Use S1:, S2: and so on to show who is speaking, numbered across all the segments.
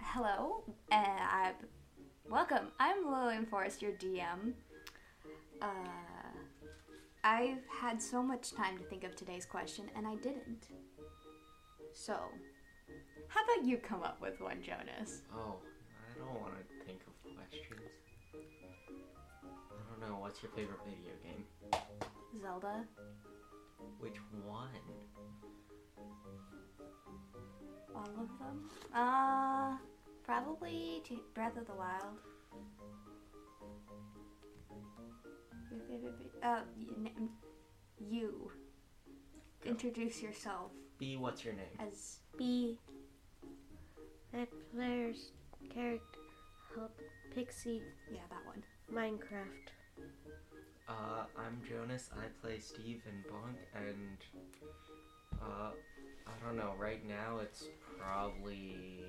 S1: Hello, uh, I, welcome. I'm Lillian Forrest, your DM. Uh, I've had so much time to think of today's question, and I didn't. So, how about you come up with one, Jonas?
S2: Oh, I don't want to think of questions. I don't know. What's your favorite video game?
S1: Zelda?
S2: Which one?
S1: All of them? Uh, probably t- Breath of the Wild. Your favorite vi- Uh, y- n- you.
S2: Go.
S1: Introduce yourself
S2: B. What's your name?
S1: as.
S3: B. That player's character help Pixie
S1: Yeah, that one.
S3: Minecraft.
S2: Uh, I'm Jonas. I play Steve and Bonk, and uh, I don't know. Right now, it's probably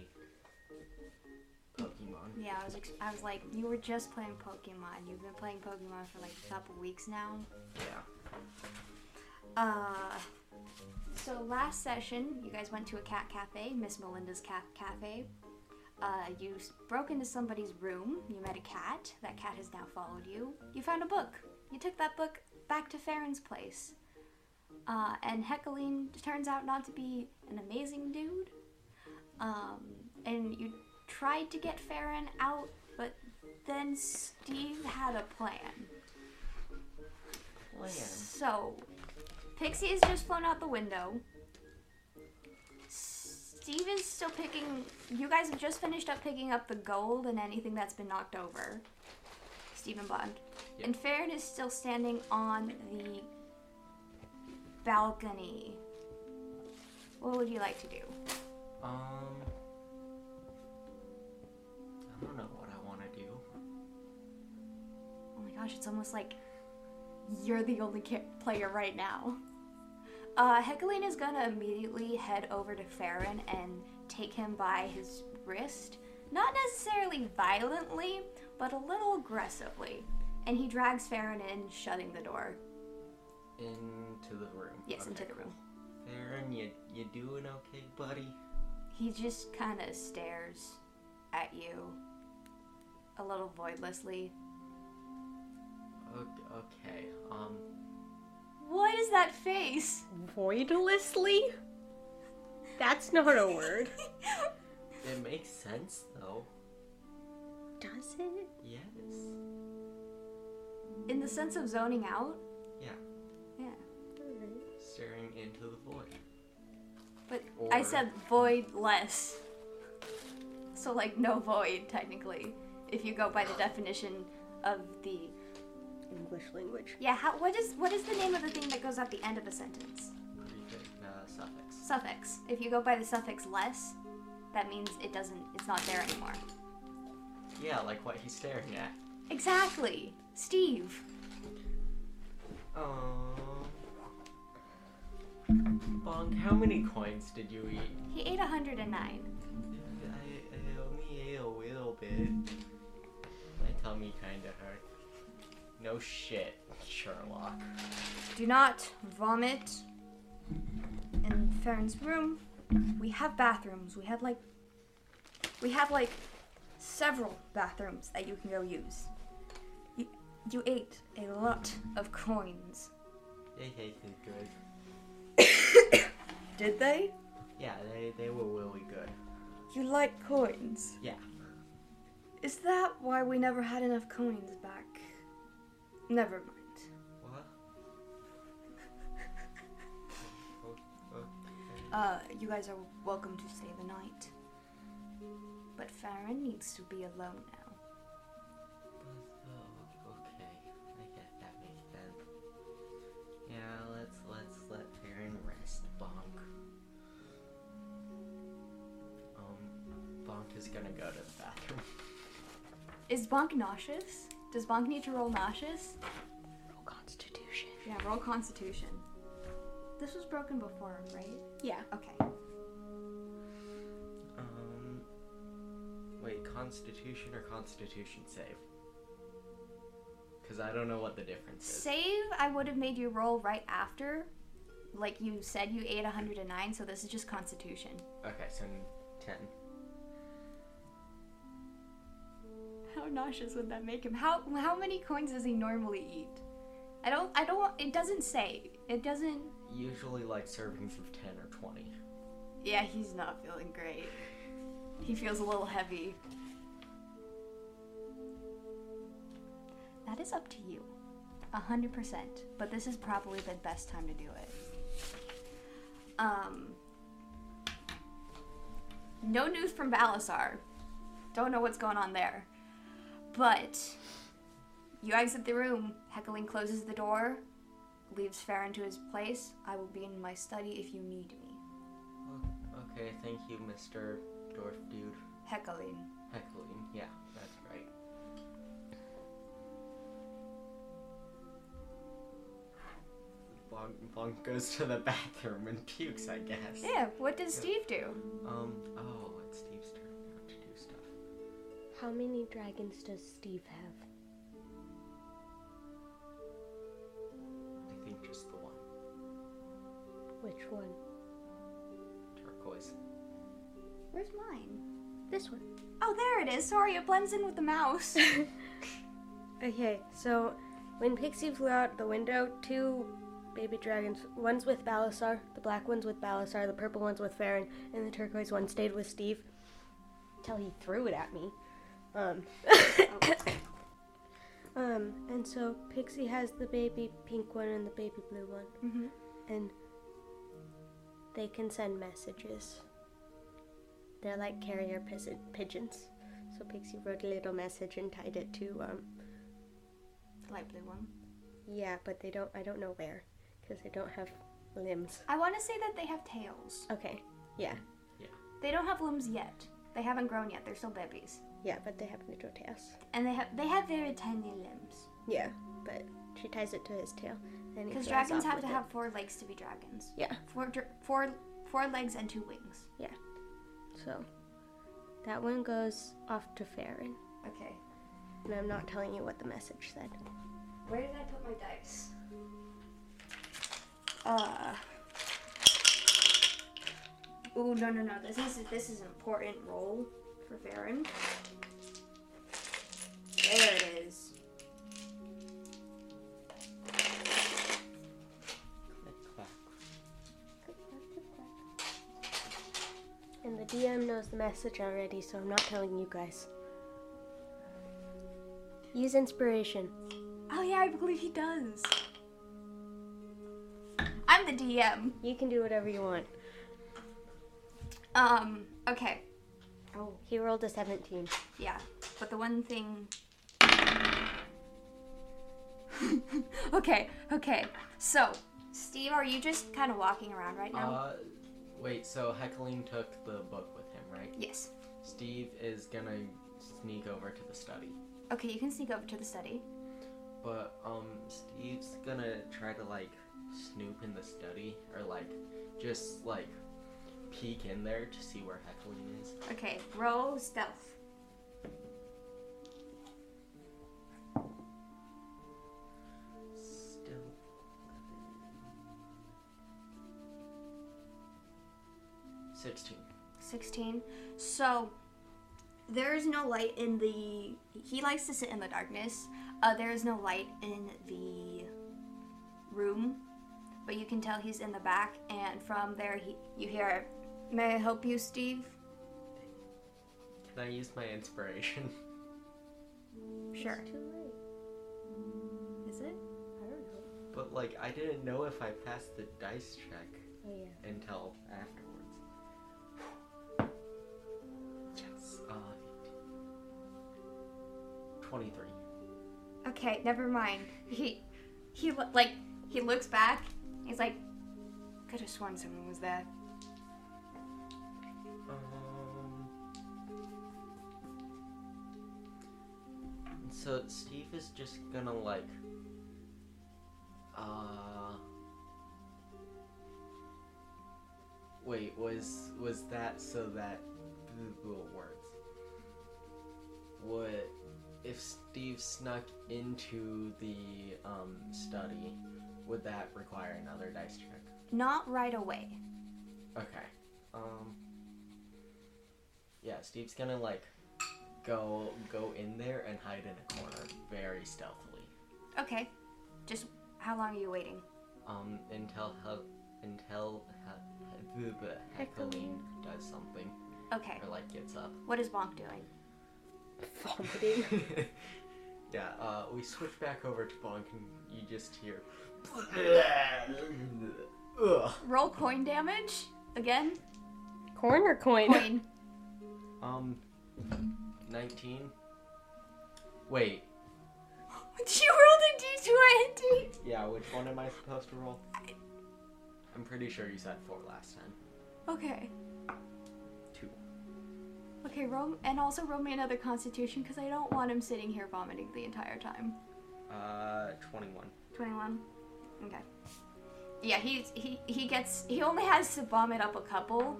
S2: Pokemon.
S1: Yeah, I was, ex- I was like, you were just playing Pokemon. You've been playing Pokemon for like a couple weeks now.
S2: Yeah.
S1: Uh, so last session, you guys went to a cat cafe, Miss Melinda's cat cafe. Uh, you s- broke into somebody's room. You met a cat. That cat has now followed you. You found a book. You took that book back to Farron's place. Uh, and Heckling turns out not to be an amazing dude. Um, and you tried to get Farron out, but then Steve had a plan.
S2: Plan.
S1: So, Pixie is just flown out the window. Steve is still picking. You guys have just finished up picking up the gold and anything that's been knocked over. Stephen Bond.
S2: Yep.
S1: And Farron is still standing on the balcony. What would you like to do?
S2: Um. I don't know what I want to do.
S1: Oh my gosh, it's almost like you're the only ca- player right now. Uh, Heckling is gonna immediately head over to Farron and take him by his wrist. Not necessarily violently, but a little aggressively. And he drags Farron in, shutting the door.
S2: Into the room.
S1: Yes,
S2: Okay.
S1: into the room.
S2: Farron, you you doing okay, buddy?
S1: He just kind of stares at you a little voidlessly.
S2: O- Okay. Um.
S1: What is that face?
S3: Voidlessly? That's not a word.
S2: It makes sense though.
S3: Does it?
S2: Yes.
S1: In the sense of zoning out?
S2: Yeah.
S1: Yeah.
S2: Staring into the void.
S1: But
S2: Or-
S1: I said void less. So, like, no void, technically, if you go by the definition of the.
S3: English language.
S1: Yeah, how, what, is, what is the name of the thing that goes at the end of a sentence?
S2: Prefix. Uh, suffix.
S1: Suffix. If you go by the suffix less, that means it doesn't, it's not there anymore.
S2: Yeah, like what he's staring at.
S1: Exactly! Steve!
S2: Oh. Bong, how many coins did you eat?
S1: He ate 109.
S2: I, I only ate a little bit. My tummy kinda hurt. No shit, Sherlock.
S1: Do not vomit in Farron's room. We have bathrooms. We have like we have like several bathrooms that you can go use. You, you ate a lot of coins.
S2: They tasted good.
S1: Did they?
S2: Yeah, they, they were really good.
S1: You like coins.
S2: Yeah.
S1: Is that why we never had enough coins back? Never mind.
S2: What? Oh, oh.
S1: Uh, you guys are welcome to stay the night. But Farron needs to be alone now.
S2: Oh, okay. I guess that makes sense. Yeah, let's let's let Perrin rest, Bonk. Um, Bonk is gonna go to the bathroom.
S1: Is Bonk nauseous? Does Bonk need to roll nauseous?
S3: Roll Constitution.
S1: Yeah, roll Constitution. This was broken before, right?
S3: Yeah.
S1: Okay.
S2: Um, wait, Constitution or Constitution save? Cause I don't know what the difference is.
S1: Save, I would have made you roll right after. Like you said, you ate 109, so this is just Constitution.
S2: Okay, so ten.
S1: How nauseous would that make him? How how many coins does he normally eat? I don't I don't it doesn't say. It doesn't
S2: Usually like servings of 10 or 20.
S1: Yeah, he's not feeling great. He feels a little heavy. That is up to you. A hundred percent. But this is probably the best time to do it. Um No news from Balasar. Don't know what's going on there. But you exit the room. Heckling closes the door, leaves Farron to his place. I will be in my study if you need me.
S2: O- Okay, thank you, Mr. Dwarf Dude.
S1: Heckling.
S2: Heckling. Yeah, that's right. Bonk, Bonk goes to the bathroom and pukes, I guess.
S1: Yeah, what does Steve do?
S2: Um, oh, it's Steve's turn now to do stuff.
S3: How many dragons does Steve have?
S2: I think just the one.
S3: Which one?
S2: Turquoise.
S1: Where's mine?
S3: This one.
S1: Oh, there it is. Sorry, it blends in with the mouse.
S3: Okay, so when Pixie flew out the window, two baby dragons, one's with Balasar, the black one's with Balasar, the purple one's with Farron, and the turquoise one stayed with Steve till he threw it at me. Um, um, and so Pixie has the baby pink one and the baby blue one,
S1: Mhm.
S3: and they can send messages. They're like carrier pis- pigeons. So Pixie wrote a little message and tied it to um,
S1: The light blue one.
S3: yeah, but they don't. I don't know where, because they don't have limbs.
S1: I want to say that they have tails.
S3: Okay. Yeah.
S1: They don't have limbs yet. They haven't grown yet. They're still babies,
S3: Yeah, but they have neutral tails.
S1: and they have they have very tiny limbs.
S3: Yeah, but she ties it to his tail, and he
S1: Because
S3: flies
S1: dragons
S3: off
S1: have
S3: with
S1: to
S3: it.
S1: have four legs to be dragons.
S3: Yeah.
S1: Four dr- four four legs and two wings.
S3: So that one goes off to Farron,
S1: Okay.
S3: and I'm not telling you what the message said.
S1: Where did I put my dice? Uh. Oh no no no! This is this is an important roll for Varen. There it is.
S2: Click, clack.
S3: And the DM knows the message already, so I'm not telling you guys. Use inspiration.
S1: Oh yeah, I believe he does. I'm the DM.
S3: You can do whatever you want.
S1: Um. Okay.
S3: Oh, he rolled a 17.
S1: Yeah, but the one thing. okay, okay. So, Steve, are you just kind of walking around right now?
S2: Uh, wait, so Heckling took the book with him, right?
S1: yes.
S2: Steve is gonna sneak over to the study.
S1: Okay, you can sneak over to the study.
S2: But, um, Steve's gonna try to, like, snoop in the study, or, like, just, like, peek in there to see where Heckling is.
S1: Okay, roll stealth.
S2: Still. Sixteen.
S1: 16. So, there is no light in the. He likes to sit in the darkness. Uh, there is no light in the room, but you can tell he's in the back, and from there, he, you hear, May I help you, Steve?
S2: Can I use my inspiration?
S1: Sure.
S3: It's too late.
S1: Is it?
S3: I don't know.
S2: But like, I didn't know if I passed the dice check
S3: Oh, yeah.
S2: until afterwards. Yes. Uh, twenty-three.
S1: Okay, never mind. He, he lo- like he looks back. He's like, could have sworn someone was there.
S2: Um. So Steve is just gonna like. Uh. Wait, was was that so that Google words? What if Steve snuck into the um, study? Would that require another dice check?
S1: Not right away.
S2: Okay. Um. Yeah, Steve's gonna like
S4: go go in there and hide in a corner very stealthily.
S1: Okay. Just how long are you waiting?
S2: Um, until he- until he- the, the heckling does something
S1: Okay.
S2: or like gets up.
S1: What is Bonk doing?
S3: Vomiting.
S2: yeah. Uh, we switch back over to Bonk, and you just hear.
S4: Ugh.
S1: Roll coin damage? Again?
S3: Corn or coin?
S1: Coin.
S2: Um, nineteen. Wait.
S1: you rolled a d20!
S2: Yeah. Which one am I supposed to roll? I'm pretty sure you said four last time.
S1: Okay.
S2: Two.
S1: Okay, roll, and also roll me another constitution because I don't want him sitting here vomiting the entire time.
S2: Uh, twenty-one.
S1: 21. Okay. Yeah, he's, he, he gets, he only has to vomit up a couple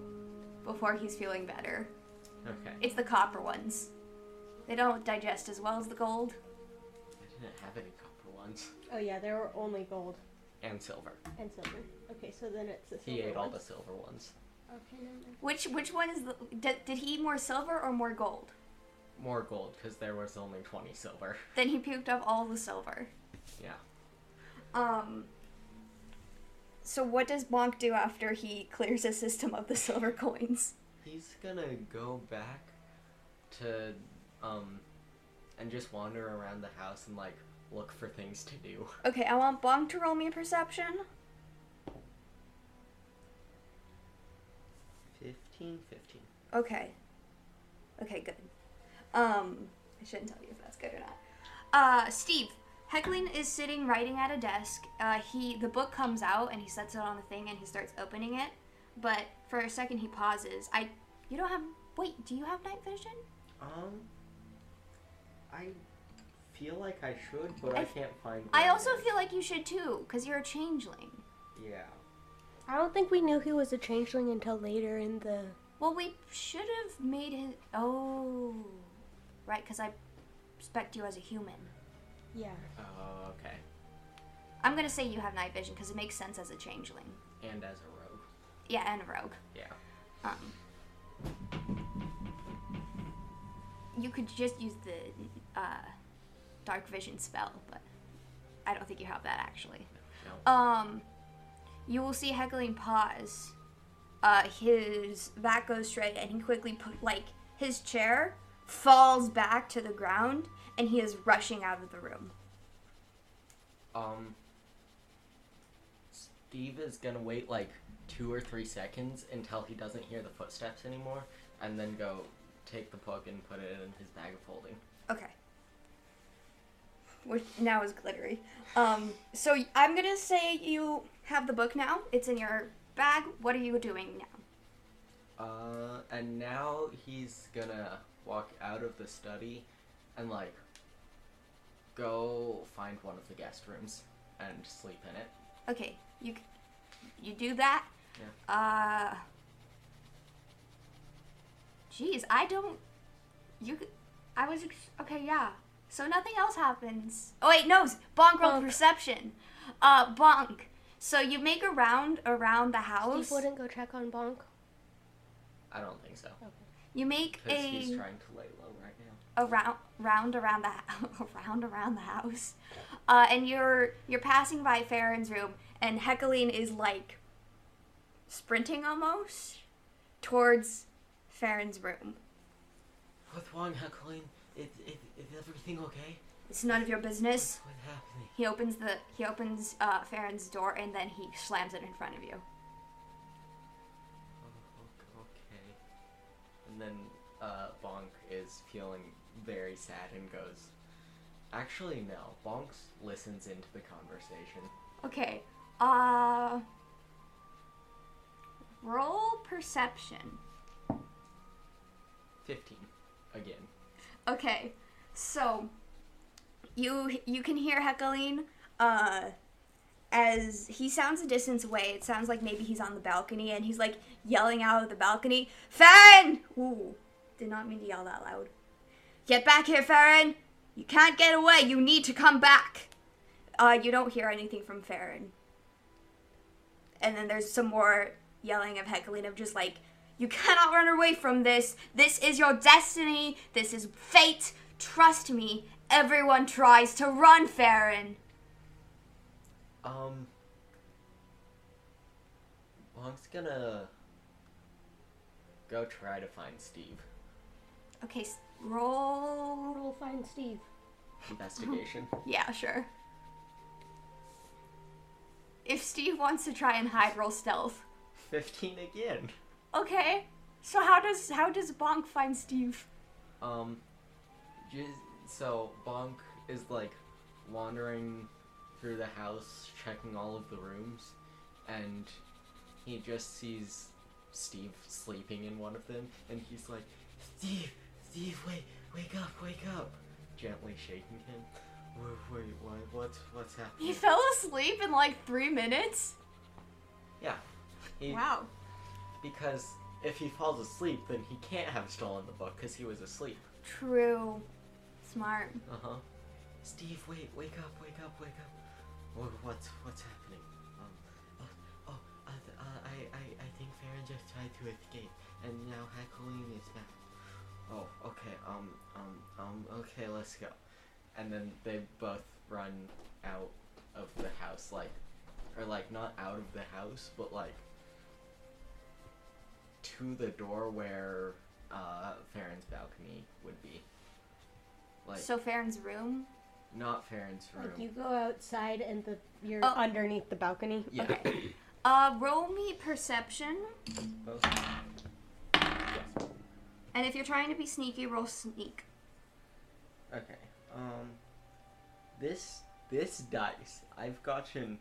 S1: before he's feeling better.
S2: Okay.
S1: It's the copper ones. They don't digest as well as the gold.
S2: I didn't have any copper ones.
S3: Oh yeah, there were only gold
S2: And silver.
S3: and silver. Okay, so then it's the
S2: He ate all the silver ones.
S3: Okay, never mind.
S1: Which which one is the, did, did he eat more silver or more gold?
S2: More gold, because there was only 20 silver.
S1: Then he puked up all the silver.
S2: Yeah.
S1: Um. So what does Bonk do after he clears his system of the silver coins?
S2: He's gonna go back to, um, and just wander around the house and, like, look for things to do.
S1: Okay, I want Bonk to roll me a perception.
S2: 15, 15.
S1: Okay. Okay, good. Um, I shouldn't tell you if that's good or not. Uh, Steve, Hecklin is sitting writing at a desk. Uh, he the book comes out and he sets it on the thing and he starts opening it, but for a second he pauses. I, you don't have. Wait, do you have night vision?
S2: Um, I feel like I should, but
S1: I
S2: I,
S1: f-
S2: can't find
S1: I
S2: where
S1: also
S2: it is.
S1: feel like you should too, cause you're a changeling.
S2: Yeah.
S3: I don't think we knew he was a changeling until later in the.
S1: Well, we should have made it. Oh, right, cause I respect you as a human.
S3: Yeah.
S2: Oh, okay.
S1: I'm gonna say you have night vision, cause it makes sense as a changeling.
S2: And as a rogue.
S1: Yeah, and a rogue.
S2: Yeah.
S1: Um, you could just use the uh, dark vision spell, but I don't think you have that actually.
S2: No.
S1: Um, you will see Heckling pause. Uh, his back goes straight, and he quickly put like his chair falls back to the ground, and he is rushing out of the room.
S2: Um, Steve is gonna wait like two or three seconds until he doesn't hear the footsteps anymore, and then go take the book and put it in his bag of holding.
S1: Okay. Which now is glittery. Um, so I'm gonna say you have the book now. It's in your bag. What are you doing now?
S2: Uh, and now he's gonna walk out of the study and like go find one of the guest rooms and sleep in it.
S1: Okay, you c- you do that. Uh. Jeez, I don't. You. c- I was. ex- Okay, yeah. So nothing else happens. Oh wait, no. s- Bonk roll
S3: Bonk.
S1: perception. Uh, bonk. So you make a round around the house.
S3: Steve wouldn't go check on Bonk.
S2: I don't think so.
S1: You make a.
S2: Because he's trying to lay low right now.
S1: around round around the hou- around around the house, uh, and you're you're passing by Farron's room, and Heckling is like sprinting almost towards Farron's room.
S2: What's wrong, Heckling? Is, is, is everything okay?
S1: It's none of your business.
S2: What's happening?
S1: He opens the he opens uh, Farron's door, and then he slams it in front of you.
S2: Oh, okay. And then uh, Bonk is feeling very sad and goes, Actually, no. Bonks listens into the conversation.
S1: Okay, uh, roll perception.
S2: 15. Again.
S1: Okay, so you you can hear Heckling uh, as he sounds a distance away. It sounds like maybe he's on the balcony and he's like yelling out of the balcony, Farron! Ooh, did not mean to yell that loud. Get back here, Farron! You can't get away. You need to come back. Uh, you don't hear anything from Farron. And then there's some more yelling of heckling of just like You cannot run away from this. This is your destiny. This is fate. Trust me. Everyone tries to run, Farron.
S2: Um. Bonk's gonna go try to find Steve.
S1: Okay, s- roll.
S3: We'll find Steve.
S2: Investigation.
S1: Yeah, sure. If Steve wants to try and hide, roll stealth.
S2: Fifteen again.
S1: Okay. So how does how does Bonk find Steve?
S2: Um, just, so Bonk is like wandering through the house, checking all of the rooms, and he just sees Steve sleeping in one of them, and he's like, "Steve, Steve, wait, wake up, wake up!" Gently shaking him. Wait, wait, why, what's what's
S1: He
S2: happening?
S1: fell asleep in like three minutes.
S2: Yeah, he,
S1: Wow.
S2: because if he falls asleep, then he can't have stolen the book because he was asleep.
S1: True. Smart.
S2: Uh huh. Steve, wait, wake up, wake up, wake up. Wha what's what's happening? Um, oh, oh, uh, th- uh, I, I, I think Farron just tried to escape, and now Hakuin is back. Oh, okay, um, um, um, okay, let's go. And then they both run out of the house, like, or like not out of the house, but like to the door where uh Farron's balcony would be. Like
S1: So Farron's room.
S2: not Farron's room.
S3: Like you go outside and the you're
S1: Oh.
S3: underneath the balcony.
S2: yeah.
S1: Uh, roll me perception,
S2: Both.
S1: and if you're trying to be sneaky, roll sneak.
S2: Okay. Um. This this dice I've gotten.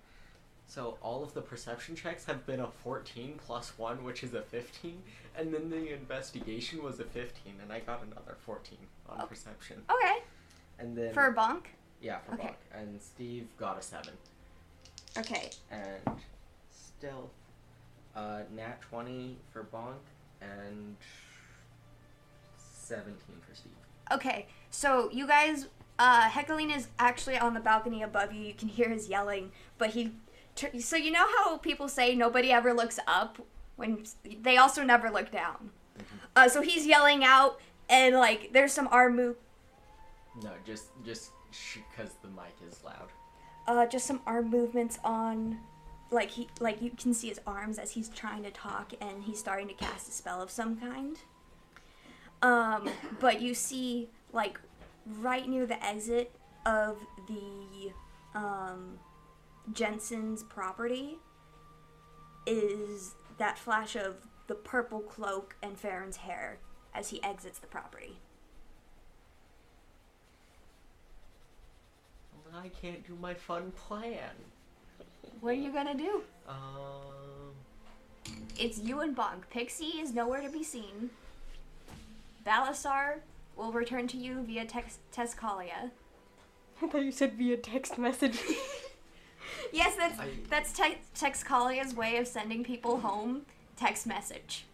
S2: So all of the perception checks have been a fourteen plus one, which is a fifteen, and then the investigation was a fifteen, and I got another fourteen on
S1: Oh.
S2: perception,
S1: Okay.
S2: and then
S1: For Bonk.
S2: yeah for
S1: okay.
S2: Buck. and Steve got a seven,
S1: Okay.
S2: and stealth, uh, nat twenty for Bonk, and seventeen for Steve.
S1: Okay. So you guys, uh, Heckelin is actually on the balcony above you. You can hear his yelling, but he. tur- So you know how people say nobody ever looks up when they also never look down. Uh, so he's yelling out, and like there's some arm move,
S2: No, just just because the mic is loud.
S1: uh, just some arm movements on, like he like you can see his arms as he's trying to talk, and he's starting to cast a spell of some kind. Um, but you see like right near the exit of the um, Jensen's property is that flash of the purple cloak and Farron's hair as he exits the property.
S2: I can't do my fun plan.
S1: What are you gonna do?
S2: Um,
S1: It's you and Bonk. Pixie is nowhere to be seen. Balasar will return to you via tex- Tescalia.
S3: I thought you said via text message.
S1: Yes, that's
S2: I-
S1: that's te- Texcalia's way of sending people home. Text message.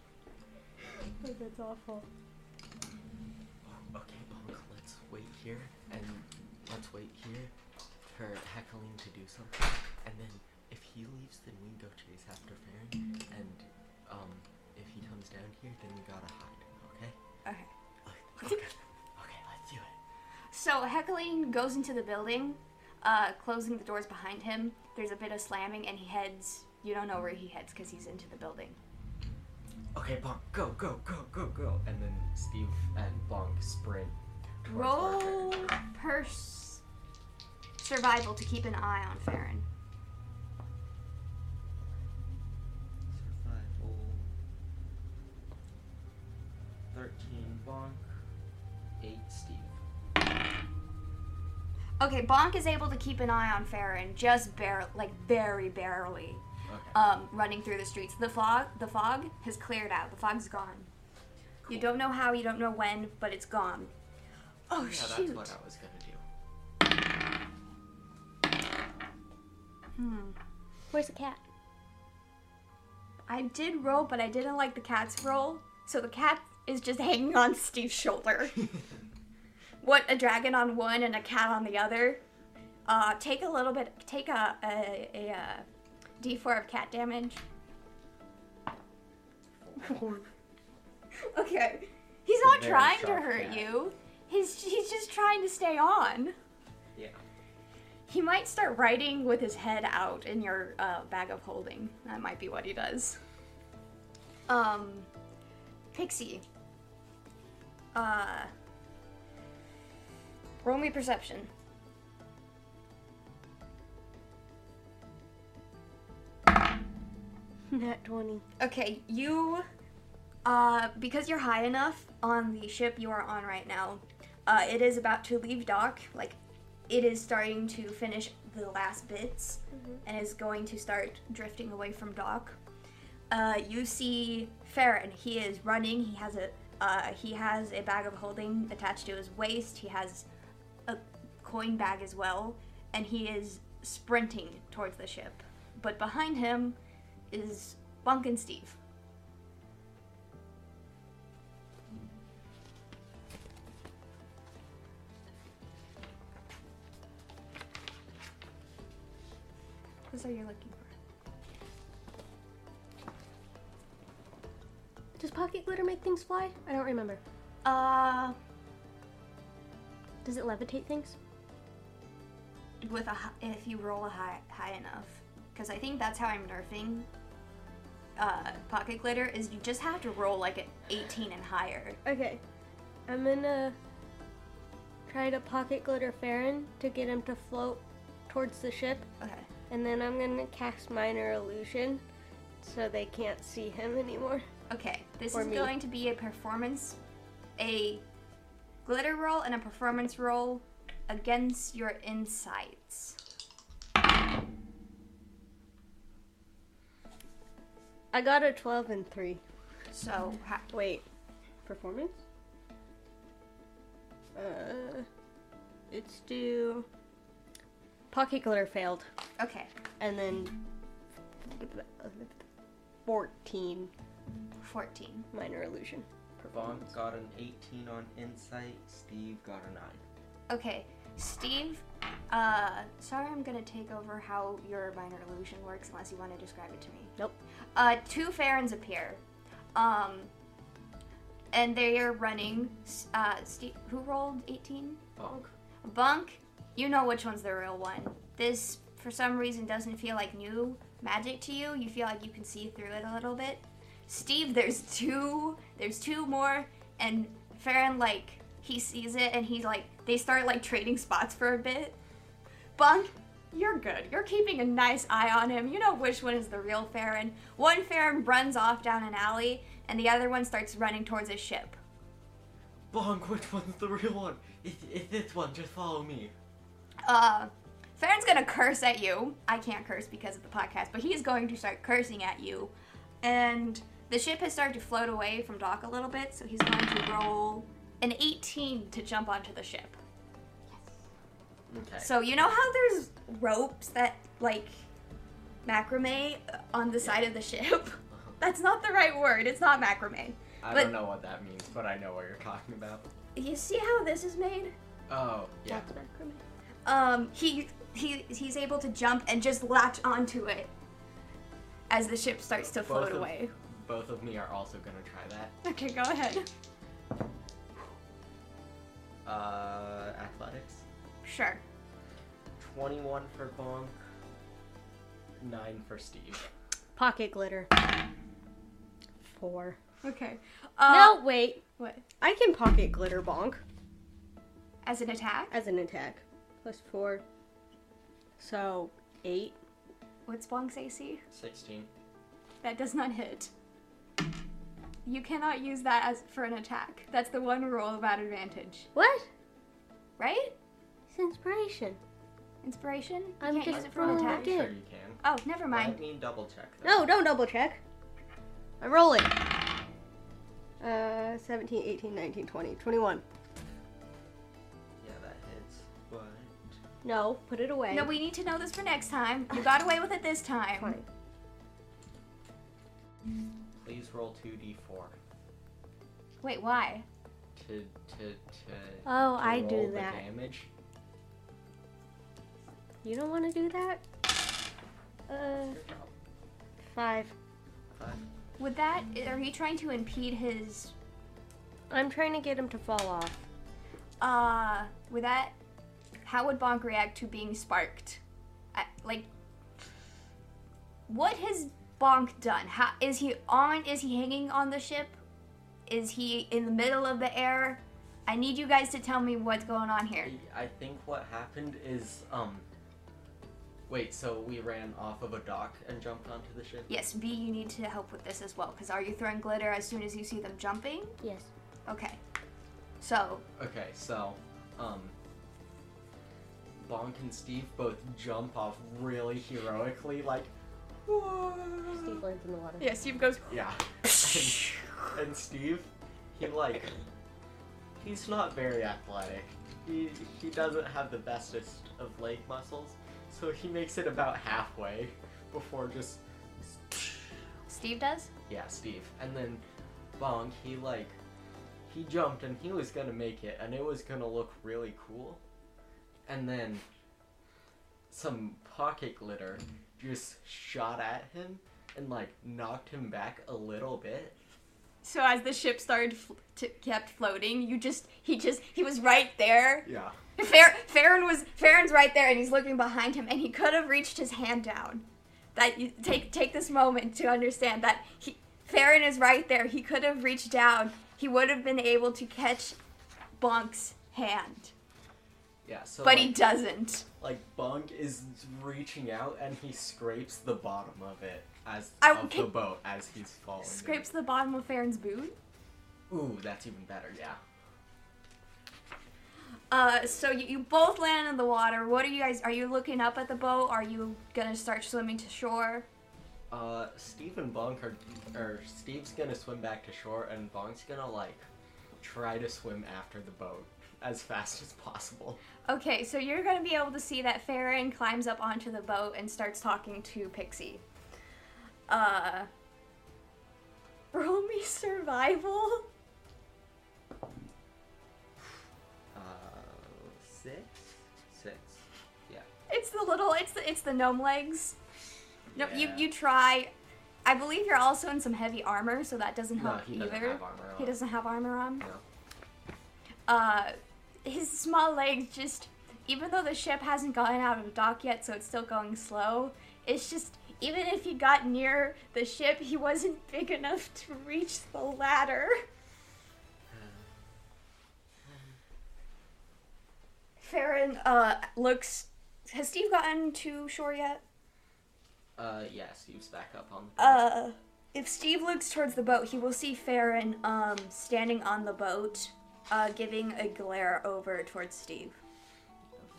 S3: That's awful.
S2: okay, Bonk, let's wait here and let's wait here for Heckling to do something, and then if he leaves, then we go chase after Farron, and um, if he comes down here, then we gotta hide. Okay?
S1: Okay.
S2: Okay, okay let's do it.
S1: So Heckling goes into the building, uh, closing the doors behind him. There's a bit of slamming, and he heads. You don't know where he heads because he's into the building.
S2: Okay, Bonk, go, go, go, go, go, and then Steve and Bonk sprint. towards where Farron
S1: Roll purse survival to keep an eye on Farron.
S2: Survival. 13 Bonk. 8 Steve.
S1: Okay, Bonk is able to keep an eye on Farron, just bare, like very barely,
S2: Okay.
S1: um, running through the streets. The fog, the fog has cleared out. The fog's gone. You don't know how, you don't know when, but it's gone. Oh
S2: yeah,
S1: shoot!
S2: that's what I was gonna do.
S1: Hmm.
S3: Where's the cat?
S1: I did roll, but I didn't like the cat's roll, so the cat is just hanging on Steve's shoulder. what a dragon on one and a cat on the other. Uh, take a little bit. Take a a, a, uh, a d4 of cat damage. Okay. He's
S2: It's a
S1: not
S2: very
S1: trying to
S2: sharp
S1: hurt
S2: cat.
S1: you. He's he's just trying to stay on.
S2: Yeah.
S1: He might start writing with his head out in your uh, bag of holding. That might be what he does. Um, Pixie. Uh, roll me perception.
S3: Nat 20.
S1: Okay, you, uh, because you're high enough on the ship you are on right now, uh, it is about to leave dock. Like, it is starting to finish the last bits and is going to start drifting away from dock. Uh, you see Farron. He is running. He has a uh, he has a bag of holding attached to his waist. He has a coin bag as well, and he is sprinting towards the ship. But behind him is Bunk and Steve. Who's are you looking for?
S3: Does pocket glitter make things fly? I don't remember.
S1: Uh,
S3: Does it levitate things?
S1: with a hi- if you roll a high high enough, because I think that's how I'm nerfing. Uh, pocket glitter is you just have to roll like an 18 and higher.
S3: Okay. I'm gonna try to pocket glitter Farron to get him to float towards the ship,
S1: Okay.
S3: and then I'm gonna cast minor illusion so they can't see him anymore.
S1: Okay. This
S3: Or
S1: is
S3: me.
S1: going to be a performance, a glitter roll and a performance roll against your insights.
S3: I got a 12 and 3.
S1: So ha-
S3: Wait, performance? Uh, it's do. Pocket glitter failed,
S1: okay.
S3: and then 14
S1: 14.
S3: minor illusion.
S2: Vaughn got an 18 on insight. Steve got a 9.
S1: Okay, Steve. Uh, sorry, I'm gonna take over how your minor illusion works unless you want to describe it to me.
S3: Nope.
S1: Uh, two Farrens appear, um, and they are running. S- Uh, Steve, who rolled 18?
S2: Bonk.
S1: Bunk. You know which one's the real one. This, for some reason, doesn't feel like new magic to you. You feel like you can see through it a little bit. Steve, there's two. There's two more, and Farron like he sees it, and he's like they start like trading spots for a bit. Bunk, you're good. You're keeping a nice eye on him. You know which one is the real Farron. One Farron runs off down an alley, and the other one starts running towards his ship.
S5: Bonk, which one's the real one? It, it's this one, just follow me.
S1: Uh, Farron's gonna curse at you. I can't curse because of the podcast, but he's going to start cursing at you. And the ship has started to float away from dock a little bit, so he's going to roll an 18 to jump onto the ship.
S2: Okay.
S1: So you know how there's ropes that like macrame on the side of the ship? That's not the right word. It's not macrame.
S2: I
S1: but-
S2: don't know what that means, but I know what you're talking about.
S1: You see how this is made?
S2: Oh, yeah.
S3: That's macrame.
S1: um, he he he's able to jump and just latch onto it as the ship starts to float
S2: Both of-
S1: away.
S2: Both of me are also gonna try that.
S1: Okay, go ahead.
S2: Uh, athletics.
S1: Sure.
S2: 21 for Bonk. 9 for Steve.
S3: Pocket glitter. Four.
S1: Okay. Uh,
S3: no, wait.
S1: What?
S3: I can pocket glitter bonk
S1: As an attack?
S3: as an attack. Plus four. So, eight.
S1: What's Bonk's AC?
S2: 16.
S1: That does not hit. You cannot use that as for an attack. That's the one rule about advantage,
S3: What?
S1: right?
S3: It's inspiration.
S1: Inspiration. You
S3: I'm
S1: can't
S3: just
S1: use it for an
S3: rolling
S1: attack.
S3: it.
S2: Sure you can.
S1: Oh, never
S2: Let
S1: mind.
S2: me double check though.
S3: No, don't double check. I roll it. Uh, 17, 18, 19, 20, 21.
S2: Yeah, that hits. But
S3: No, put it away.
S1: No, we need to know this for next time. You got away with it this time.
S3: Fine.
S2: please roll 2d4
S1: Wait, why?
S2: to to to.
S3: Oh,
S2: to
S3: I
S2: roll
S3: do
S2: the
S3: that.
S2: Damage.
S3: You don't want to do that? Uh,
S2: Good job.
S3: five.
S2: Five.
S1: Would that are you trying to impede his
S3: I'm trying to get him to fall off.
S1: Uh, with that, how would Bonk react to being sparked? I, like, what has Bonk done? How is he on? Is he hanging on the ship? Is he in the middle of the air? I need you guys to tell me what's going on here.
S2: I think what happened is um. Wait, so we ran off of a dock and jumped onto the ship.
S1: Yes, B, you need to help with this as well. Because are you throwing glitter as soon as you see them jumping?
S3: Yes.
S1: Okay. So,
S2: Okay, so um. Bonk and Steve both jump off really heroically, like.
S3: Steve lands in the water.
S1: yeah, Steve goes.
S2: Yeah. and, and Steve, he like, he's not very athletic. He he doesn't have the bestest of leg muscles, so he makes it about halfway before just
S1: Steve does?
S2: yeah, Steve. And then Bong, he like, he jumped and he was gonna make it, and it was gonna look really cool. And then some pocket glitter just shot at him and like knocked him back a little bit.
S1: So as the ship started, fl- t- kept floating, you just, he just, he was right there.
S2: Yeah.
S1: Fer- Farron was Farron's right there, and he's looking behind him, and he could have reached his hand down. That you take take this moment to understand that he Farron is right there. He could have reached down. He would have been able to catch Bonk's hand,
S2: Yeah. So.
S1: but
S2: like,
S1: he doesn't.
S2: like Bunk is reaching out and he scrapes the bottom of it as
S1: I-
S2: of the
S1: can-
S2: boat as he's falling. in.
S1: Scrapes the bottom of Farron's boot.
S2: Ooh, that's even better. Yeah.
S1: Uh, so you, you both land in the water. What are you guys? Are you looking up at the boat? Are you gonna start swimming to shore?
S2: Uh, Steve and Bunk are, or Steve's gonna swim back to shore and Bunk's gonna like try to swim after the boat as fast as possible.
S1: Okay, so you're gonna be able to see that Farron climbs up onto the boat and starts talking to Pixie. Uh, roll me survival.
S2: Uh, six, six. Yeah.
S1: It's the little, it's the, it's the gnome legs. No,
S2: Yeah.
S1: you you try. I believe you're also in some heavy armor, so that doesn't
S2: No,
S1: help
S2: he
S1: either.
S2: doesn't have armor.
S1: He
S2: on.
S1: doesn't have armor on.
S2: No.
S1: Uh, his small legs just, even though the ship hasn't gotten out of the dock yet, so it's still going slow, it's just, even if he got near the ship, he wasn't big enough to reach the ladder. Farron, uh, looks. Has Steve gotten to shore yet?
S2: Uh, yeah. Steve's back up on the.
S1: Uh, if Steve looks towards the boat, he will see Farron, um, standing on the boat, uh, giving a glare over towards Steve.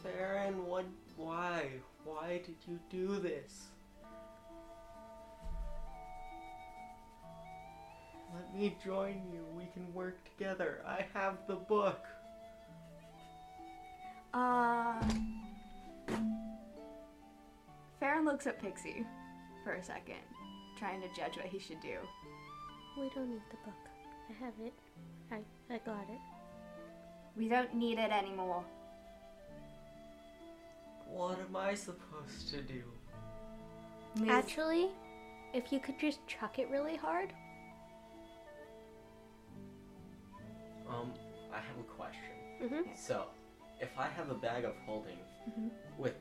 S2: Farron, what? Why? Why did you do this? Let me join you. We can work together. I have the book.
S1: Uh. Farron looks at Pixie for a second, trying to judge what he should do.
S3: We don't need the book. I have it. I I got it.
S1: We don't need it anymore.
S2: What am I supposed to do?
S1: Move-
S3: Actually, if you could just chuck it really hard.
S2: Um, I have a question.
S3: Mm-hmm.
S2: So, if I have a bag of holding with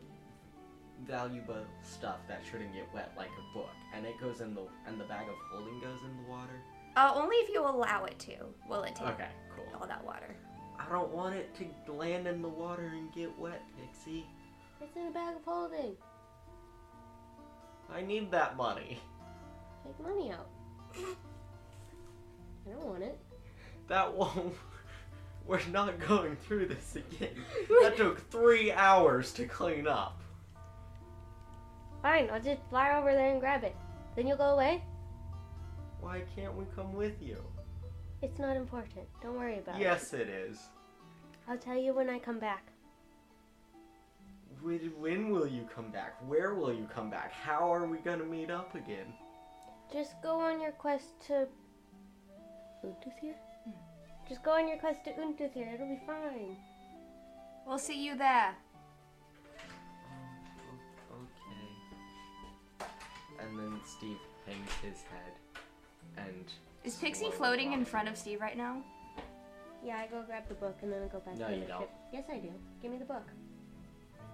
S2: valuable stuff that shouldn't get wet, like a book, and it goes in the and the bag of holding goes in the water.
S1: uh, only if you allow it to will it take
S2: Okay, cool.
S1: all that water.
S2: I don't want it to land in the water and get wet, Pixie.
S3: It's in a bag of holding.
S2: I need that money.
S3: Take money out. I don't want it.
S2: That won't. We're not going through this again. That took three hours to clean up.
S3: Fine, I'll just fly over there and grab it. Then you'll go away.
S2: Why can't we come with you?
S3: It's not important. Don't worry about it.
S2: Yes, it is.
S3: I'll tell you when I come back.
S2: When, when will you come back? Where will you come back? How are we gonna meet up again?
S3: Just go on your quest to Untuthir.
S2: Hmm.
S3: Just go on your quest to Untuthir. It'll be fine.
S1: We'll see you there.
S2: Okay. And then Steve hangs his head and.
S1: Is Pixie floating in front of Steve right now?
S3: Yeah, I go grab the book and then I go back
S2: No,
S3: to the
S2: you
S3: other
S2: don't.
S3: ship. Yes, I do. Give me the book.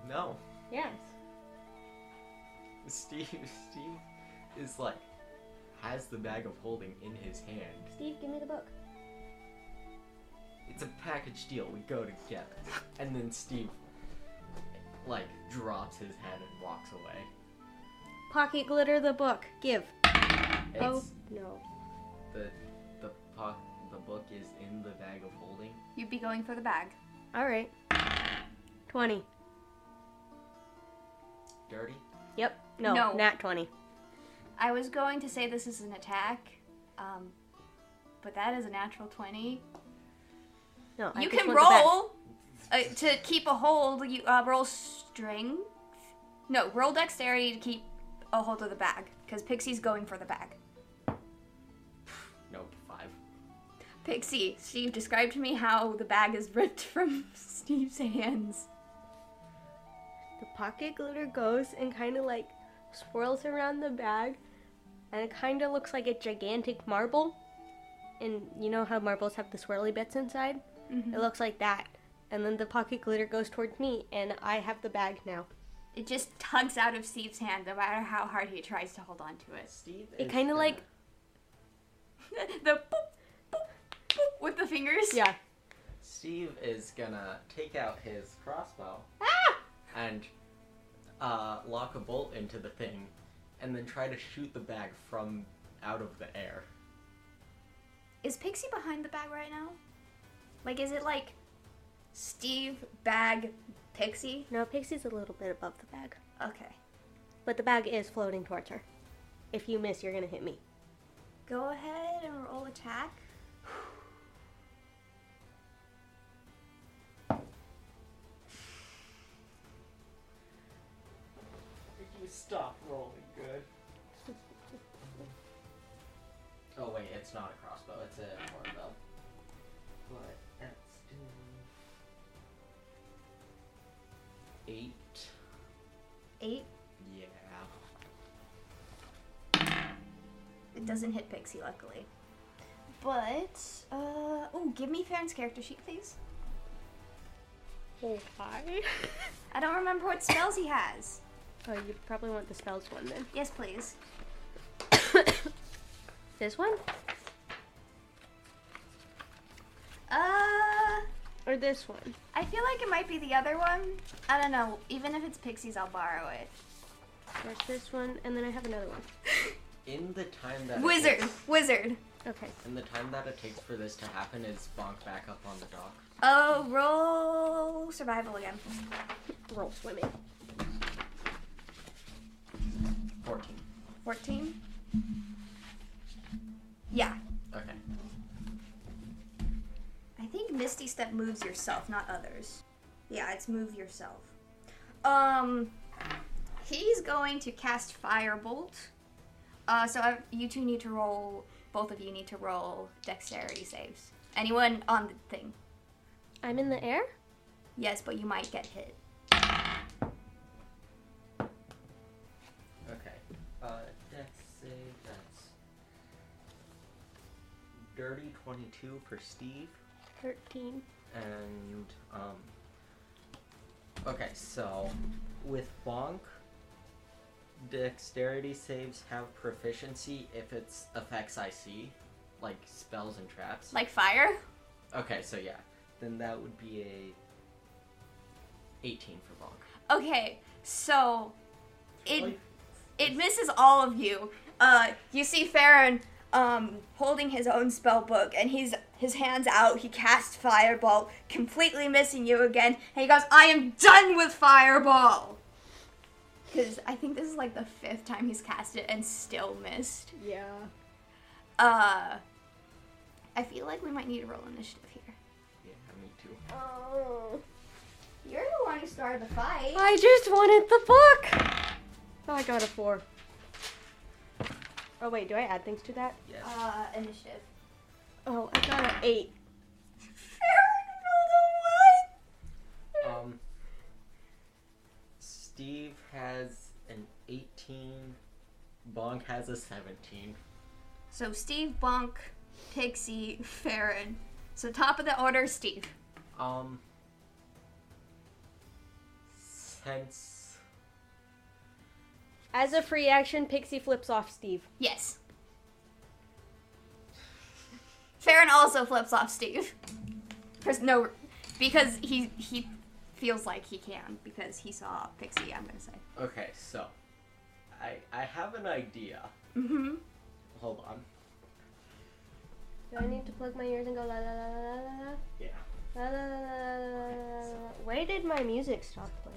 S2: No.
S3: Yes.
S2: Steve Steve is like has the bag of holding in his hand.
S3: Steve, give me the book.
S2: It's a package deal. We go together. And then Steve like drops his head and walks away.
S3: Pocket glitter the book. Give.
S2: It's
S3: oh, no.
S2: the the po- the book is in the bag of holding.
S1: You'd be going for the bag.
S3: All right. 20.
S2: Dirty.
S3: Yep. No,
S1: No.
S3: nat 20.
S1: I was going to say this is an attack, um, but that is a natural 20.
S3: No, I
S1: you
S3: just
S1: can
S3: want the back.
S1: roll uh, to keep a hold. You uh, roll strength. No, roll dexterity to keep a hold of the bag because Pixie's going for the bag.
S2: Nope. Five.
S1: Pixie, Steve described to me how the bag is ripped from Steve's hands.
S3: The pocket glitter goes and kind of like swirls around the bag, and it kind of looks like a gigantic marble. And you know how marbles have the swirly bits inside?
S1: Mm-hmm.
S3: It looks like that. And then the pocket glitter goes towards me, and I have the bag now.
S1: It just tugs out of Steve's hand no matter how hard he tries to hold on to it.
S2: Steve.
S3: It
S2: is
S3: kinda
S2: gonna-
S3: like-
S1: the boop, boop, boop with the fingers.
S3: Yeah.
S2: Steve is gonna take out his crossbow
S1: Ah!
S2: and uh, lock a bolt into the thing, and then try to shoot the bag from out of the air.
S1: Is Pixie behind the bag right now? Like, is it like Steve, bag, Pixie?
S3: No, Pixie's a little bit above the bag.
S1: Okay.
S3: But the bag is floating towards her. If you miss, you're gonna hit me.
S1: Go ahead and roll attack.
S2: You stop rolling, good. oh wait, it's not a crossbow. It's a hornbill.
S5: But that's doing
S2: Eight.
S1: Eight.
S2: Yeah.
S1: It doesn't hit Pixie, luckily. But, uh, oh, give me Farron's character sheet, please.
S3: Oh, hi.
S1: I don't remember what spells he has.
S3: oh, you probably want the spells one then.
S1: Yes, please.
S3: This one?
S1: Uh,
S3: Or this one?
S1: I feel like it might be the other one. I don't know. Even if it's Pixie's, I'll borrow it.
S3: There's this one, and then I have another one.
S2: In the time that it
S1: Wizard,
S2: takes-
S1: wizard.
S3: Okay.
S2: and the time that it takes for this to happen is bonk back up on the dock.
S1: Oh, roll survival again.
S3: Roll swimming.
S2: Fourteen.
S1: 14? Yeah.
S2: Okay.
S1: I think Misty Step moves yourself, not others. Yeah, it's move yourself. Um, he's going to cast Firebolt. Uh, so I, you two need to roll, both of you need to roll dexterity saves. Anyone on the thing.
S3: I'm in the air?
S1: Yes, but you might get hit.
S2: Okay. Uh, dex save, that's. Dirty 22 for Steve,
S3: 13.
S2: and, um. Okay, so, with Bonk, dexterity saves have proficiency if it's effects I see, like spells and traps.
S1: Like fire?
S2: Okay, so yeah. Then that would be a. 18 for Bonk.
S1: Okay, so it
S2: Like-
S1: it misses all of you. Uh, you see Farron um, holding his own spell book, and he's his hands out. He casts fireball, completely missing you again, and he goes, "I am done with fireball." Because I think this is like the fifth time he's cast it and still missed.
S3: Yeah.
S1: Uh, I feel like we might need to roll initiative here.
S2: Yeah, me too.
S3: Oh.
S1: You're the one who started the fight.
S3: I just wanted the book! Oh, I got a 4. Oh, wait, do I add things to that?
S2: Yes.
S1: Uh, initiative.
S3: Oh, I got an 8.
S2: Um, Steve has an 18. Bonk has a 17.
S1: So Steve Bunk, Pixie, Farron, So top of the order, Steve.
S2: Um. Sense.
S3: As a free action, Pixie flips off Steve.
S1: Yes. Farron also flips off Steve. There's no, because he he feels like he can because he saw Pixie. I'm gonna say.
S2: Okay, so. I I have an idea.
S1: Mm-hmm.
S2: Hold on.
S3: Do I need to plug my ears and go la la la la la la la?
S2: Yeah.
S3: La la la la la la la la. Where did my music stop playing?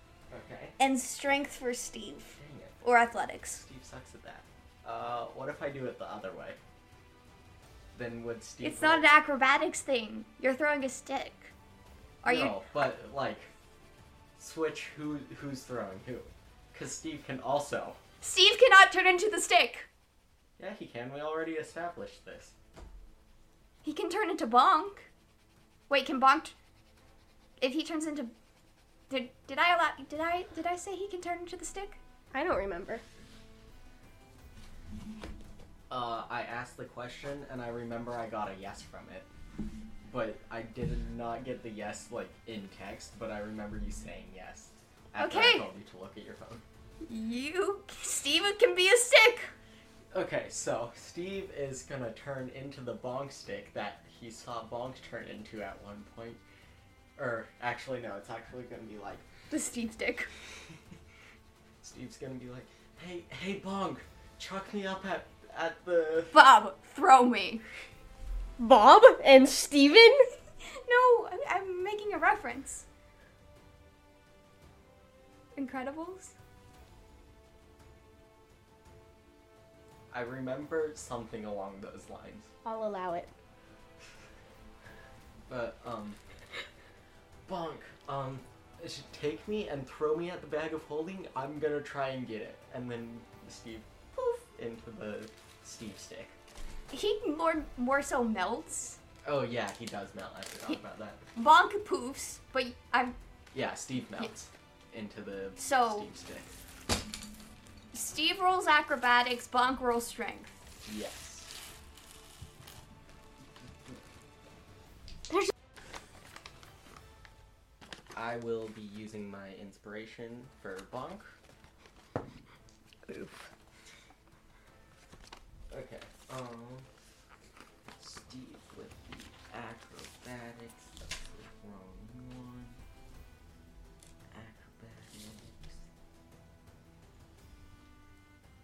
S2: Okay.
S1: and strength for Steve
S2: Dang it.
S1: or athletics.
S2: Steve sucks at that. Uh, what if I do it the other way? Then would Steve?
S1: It's not an acrobatics thing. You're throwing a stick. Are
S2: no,
S1: you?
S2: but like, switch who who's throwing who, because Steve can also.
S1: Steve cannot turn into the stick.
S2: Yeah, he can. We already established this.
S1: He can turn into Bonk. Wait, can Bonk? T- if he turns into, did did I allow? Did I did I say he can turn into the stick?
S3: I don't remember.
S2: Uh, I asked the question and I remember I got a yes from it, but I did not get the yes like in text. But I remember you saying yes after
S1: Okay.
S2: I told you to look at your phone.
S1: You, Steve, can be a stick.
S2: Okay, so Steve is gonna turn into the bonk stick that he saw Bonk turn into at one point. Or actually, no, it's actually gonna be like
S1: The Steve stick.
S2: Steve's gonna be like, "Hey, hey, Bonk, chuck me up at at the."
S1: Bob, throw me.
S3: Bob and Steven?
S1: No, I- I'm making a reference. Incredibles?
S2: I remember something along those lines,
S3: I'll allow it.
S2: but um, Bonk, um, should take me and throw me at the bag of holding. I'm gonna try and get it, and then Steve, poof, into the Steve stick.
S1: He more more so melts.
S2: Oh yeah, he does melt. I forgot about that.
S1: Bonk poofs, but I'm
S2: Yeah, Steve melts into the
S1: So-
S2: Steve stick.
S1: Steve rolls acrobatics, Bonk rolls strength.
S2: Yes.
S3: There's-
S2: I will be using my inspiration for Bonk. Okay. Um. Steve with the acrobatics. That's the wrong one. Acrobatics.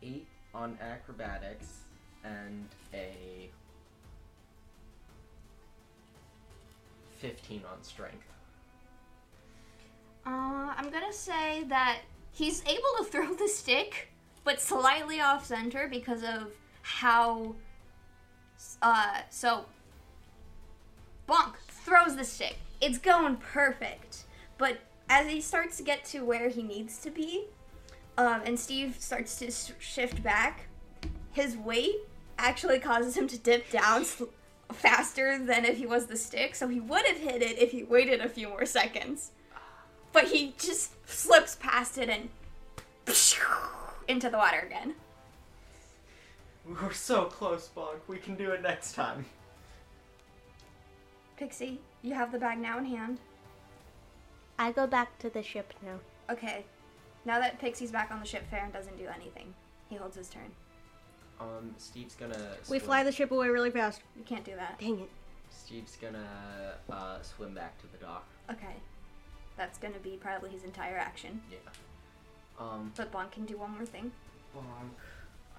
S2: Eight on acrobatics and a fifteen on strength.
S1: Uh, I'm gonna say that he's able to throw the stick, but slightly off center because of how. Uh, so. Bonk throws the stick. It's going perfect. But as he starts to get to where he needs to be, um, and Steve starts to s- shift back, his weight actually causes him to dip down sl- faster than if he was the stick, so he would have hit it if he waited a few more seconds but he just slips past it and into the water again.
S2: We were so close, Bonk. We can do it next time.
S1: Pixie, you have the bag now in hand.
S3: I go back to the ship now.
S1: Okay. Now that Pixie's back on the ship, Farron doesn't do anything. He holds his turn.
S2: Um, Steve's gonna. swim-
S3: We fly the ship away really fast.
S1: You can't do that.
S3: Dang it.
S2: Steve's gonna uh, swim back to the dock.
S1: Okay. That's gonna be probably his entire action.
S2: Yeah. Um,
S1: But Bonk can do one more thing.
S2: Bonk.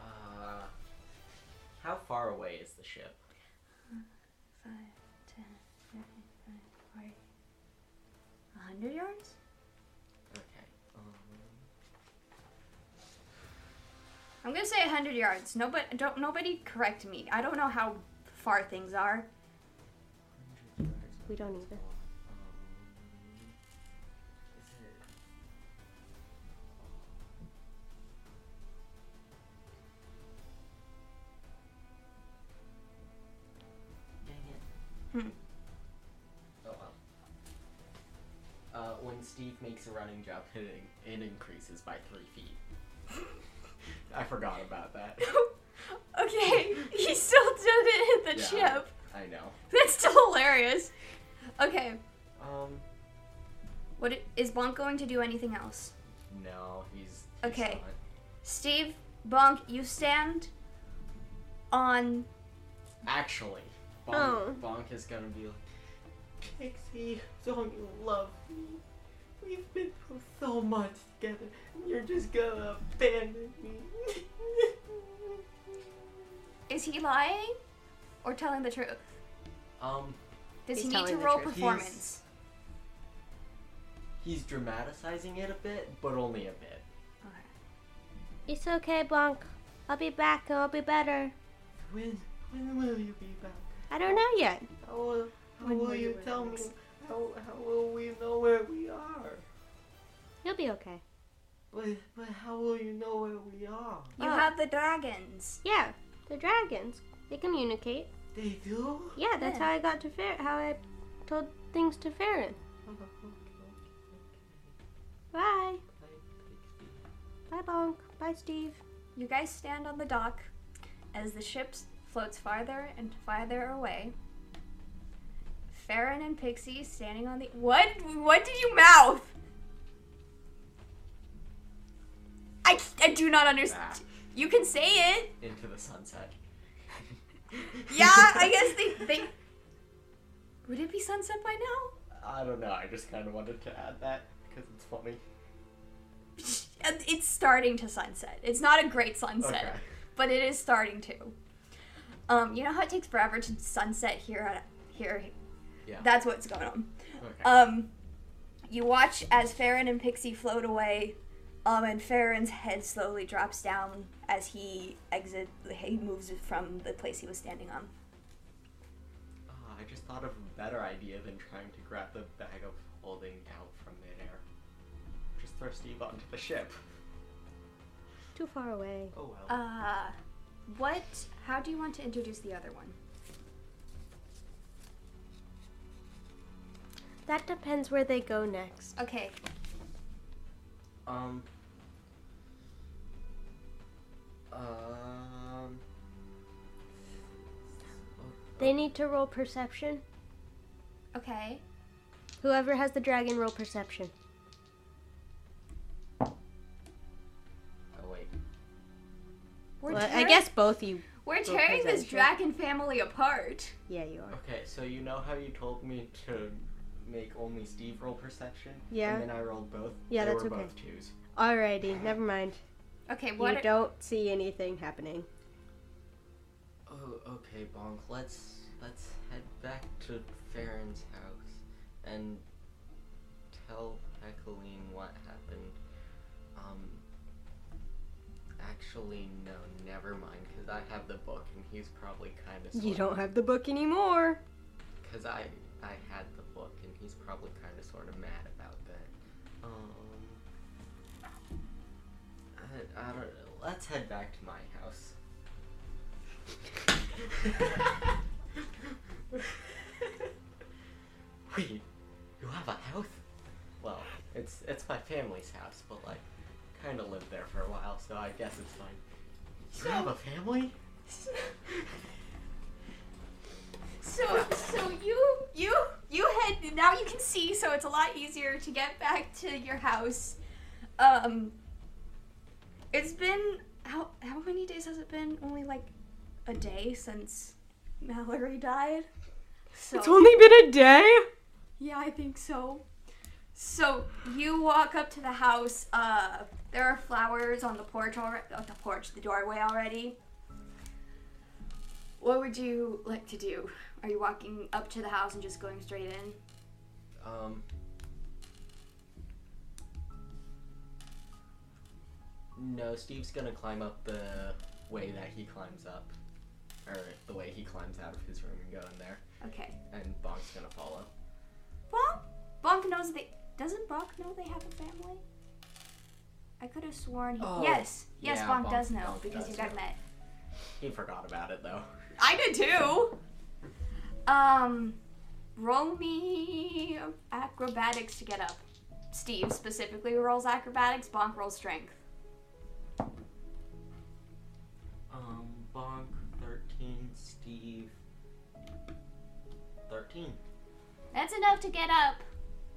S2: Uh, how far away is the ship?
S1: Five, ten, thirty, thirty, forty. A hundred yards?
S2: Okay. Um,
S1: I'm gonna say a hundred yards. Nobody, don't nobody correct me. I don't know how far things are.
S2: 100 yards.
S3: We don't either.
S5: Um, is it? Dang it.
S1: Hmm.
S2: Oh well. Uh, when Steve makes a running jump, it, it increases by three feet. I forgot about that.
S1: okay, he still didn't hit the
S2: Yeah.
S1: chip.
S2: I know.
S1: That's still hilarious. Okay,
S2: Um,
S1: what i- is Bonk going to do anything else?
S2: no, he's, he's
S1: Okay.
S2: not.
S1: Steve, Bonk, you stand on.
S2: Actually, Bonk,
S3: Oh.
S2: Bonk is gonna be like, Pixie, don't you love me? We've been through so much together, and you're just gonna abandon me.
S1: Is he lying or telling the truth?
S2: um,
S1: Does
S3: He's
S1: he need to
S3: telling the
S1: roll
S3: truth.
S1: performance?
S2: he's dramatizing it a bit, but only a bit.
S3: It's okay, Bonk. I'll be back. and I'll be better.
S5: When when will you be back?
S3: I don't know yet.
S5: How will, how
S3: When
S5: will,
S3: will
S5: you
S3: you
S5: tell me?
S3: relax?
S5: How, how will we know where we are?
S3: You'll be okay.
S5: But, but how will you know where we are?
S1: You
S3: Oh.
S1: have the dragons.
S3: Yeah, the dragons. They communicate.
S5: They do?
S3: Yeah, that's
S1: Yeah.
S3: how I got to Fer. How I told things to Farron.
S5: Oh, okay, okay,
S3: Bye.
S5: okay. Bye, Pixie.
S3: Bye, Bonk. Bye, Steve.
S1: You guys stand on the dock as the ship floats farther and farther away. Farron and Pixie standing on the what? What did you mouth? I, I do not understand.
S2: Back
S1: You can say it.
S2: into the sunset.
S1: Yeah, I guess they they. Would it be sunset by now?
S2: I don't know. I just kind of wanted to add that because it's funny.
S1: And Uh, It's starting to sunset. It's not a great sunset,
S2: Okay.
S1: but it is starting to. Um, you know how it takes forever to sunset here at here.
S2: Yeah.
S1: That's what's going on.
S2: Okay.
S1: Um, you watch as Farron and Pixie float away, um, and Farron's head slowly drops down as he exit. He moves from the place he was standing on.
S2: Ah, I just thought of a better idea than trying to grab the bag of holding out from midair. Just throw Steve onto the ship.
S3: Too far away.
S2: Oh well.
S1: Uh, what? How do you want to introduce the other one?
S3: That depends where they go next.
S1: Okay,
S2: Um. Um.
S3: They need to roll perception.
S1: okay.
S3: Whoever has the dragon, roll perception.
S2: Oh wait.
S1: We're
S3: Well, I
S1: tearing-
S3: guess both you.
S1: we're tearing this
S3: Representation.
S1: dragon family apart.
S3: Yeah, you are.
S2: Okay, so you know how you told me to make only Steve roll perception?
S3: Yeah.
S2: And then I rolled both.
S3: Yeah,
S2: they
S3: that's
S2: were
S3: okay.
S2: both twos.
S3: Alrighty, never mind.
S1: Okay,
S3: You
S1: what? are-
S3: don't see anything happening.
S2: Oh, okay, Bonk. Let's let's head back to Farron's house and tell Echoline what happened. Um. Actually, no, never mind, because I have the book and he's probably kind of.
S3: You don't have the book anymore.
S2: Because I I had the book and he's probably kind of sort of mad about that. Um. I, I don't. know. Let's head back to my house. Wait, you have a house? Well, it's it's my family's house, but like, kind of lived there for a while, so I guess it's fine. You have a family?
S1: So, so you, you, you head now. You can see, so it's a lot easier to get back to your house. Um, it's been how how many days has it been? Only like a day since Mallory died. So
S3: been a day.
S1: yeah, I think so. So you walk up to the house. Uh, there are flowers on the porch already. On the porch, the doorway already. What would you like to do? Are you walking up to the house and just going straight in?
S2: Um. No, Steve's gonna climb up the way that he climbs up, or the way he climbs out of his room and go in there,
S1: Okay.
S2: and Bonk's gonna follow.
S1: knows they. Doesn't Bonk know they have a family? I could have sworn. He,
S2: Oh,
S1: yes, yes,
S2: yeah,
S1: Bonk,
S2: Bonk-
S1: does know
S2: Bonk
S1: because
S2: does
S1: you got
S2: know.
S1: met.
S2: He forgot about it though.
S1: I did too. Um, roll me acrobatics to get up. Steve specifically rolls acrobatics. Bonk rolls strength.
S5: Um, Bonk, 13, Steve, 13.
S1: That's enough to get up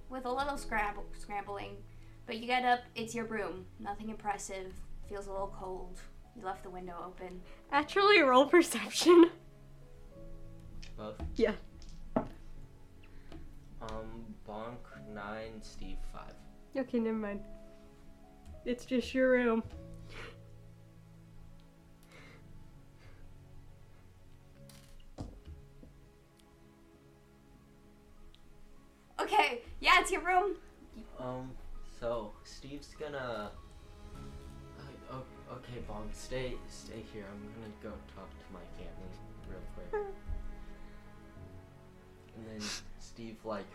S1: with a little scramble, scrambling. But you get up, it's your room. Nothing impressive. Feels a little cold. You left the window open.
S3: Actually, roll perception.
S5: Both?
S3: Yeah.
S5: Um, Bonk, 9, Steve, 5.
S3: Okay, never mind. It's just your room.
S1: Okay, yeah, it's your room.
S5: Um, so, Steve's gonna.
S2: uh,
S5: I- o- Okay, Bonk, stay stay here. I'm gonna go talk to my family real quick.
S1: Hmm.
S5: And then Steve, like.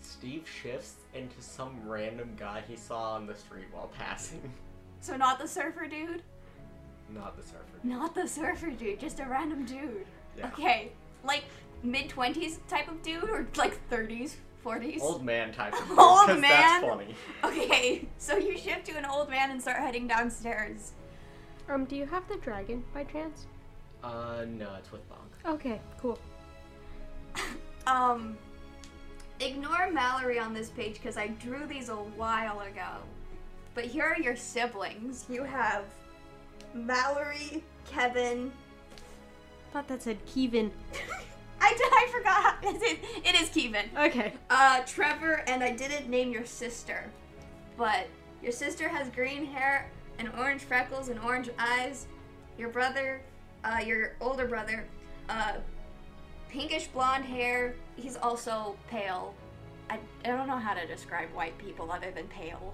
S2: Steve shifts into some random guy he saw on the street while passing.
S1: So, not the surfer dude?
S2: Not the surfer.
S1: Not the surfer dude, just a random dude.
S2: Yeah.
S1: Okay, like mid 20s type of dude or like 30s, 40s?
S2: Old man type of dude,
S1: Old man?
S2: 'cause That's funny.
S1: Okay, so you shift to an old man and start heading downstairs.
S3: Um, do you have the dragon by chance?
S2: Uh, no, it's with Bonk.
S3: Okay, cool.
S1: Um, ignore Mallory on this page because I drew these a while ago. But here are your siblings. You have Mallory, Kevin.
S3: Thought that said Kevin.
S1: I did. I forgot. It, it is Kevin.
S3: Okay.
S1: Uh, Trevor, and I didn't name your sister, but your sister has green hair and orange freckles and orange eyes. Your brother, uh, your older brother, uh, pinkish blonde hair. He's also pale. I, I don't know how to describe white people other than pale.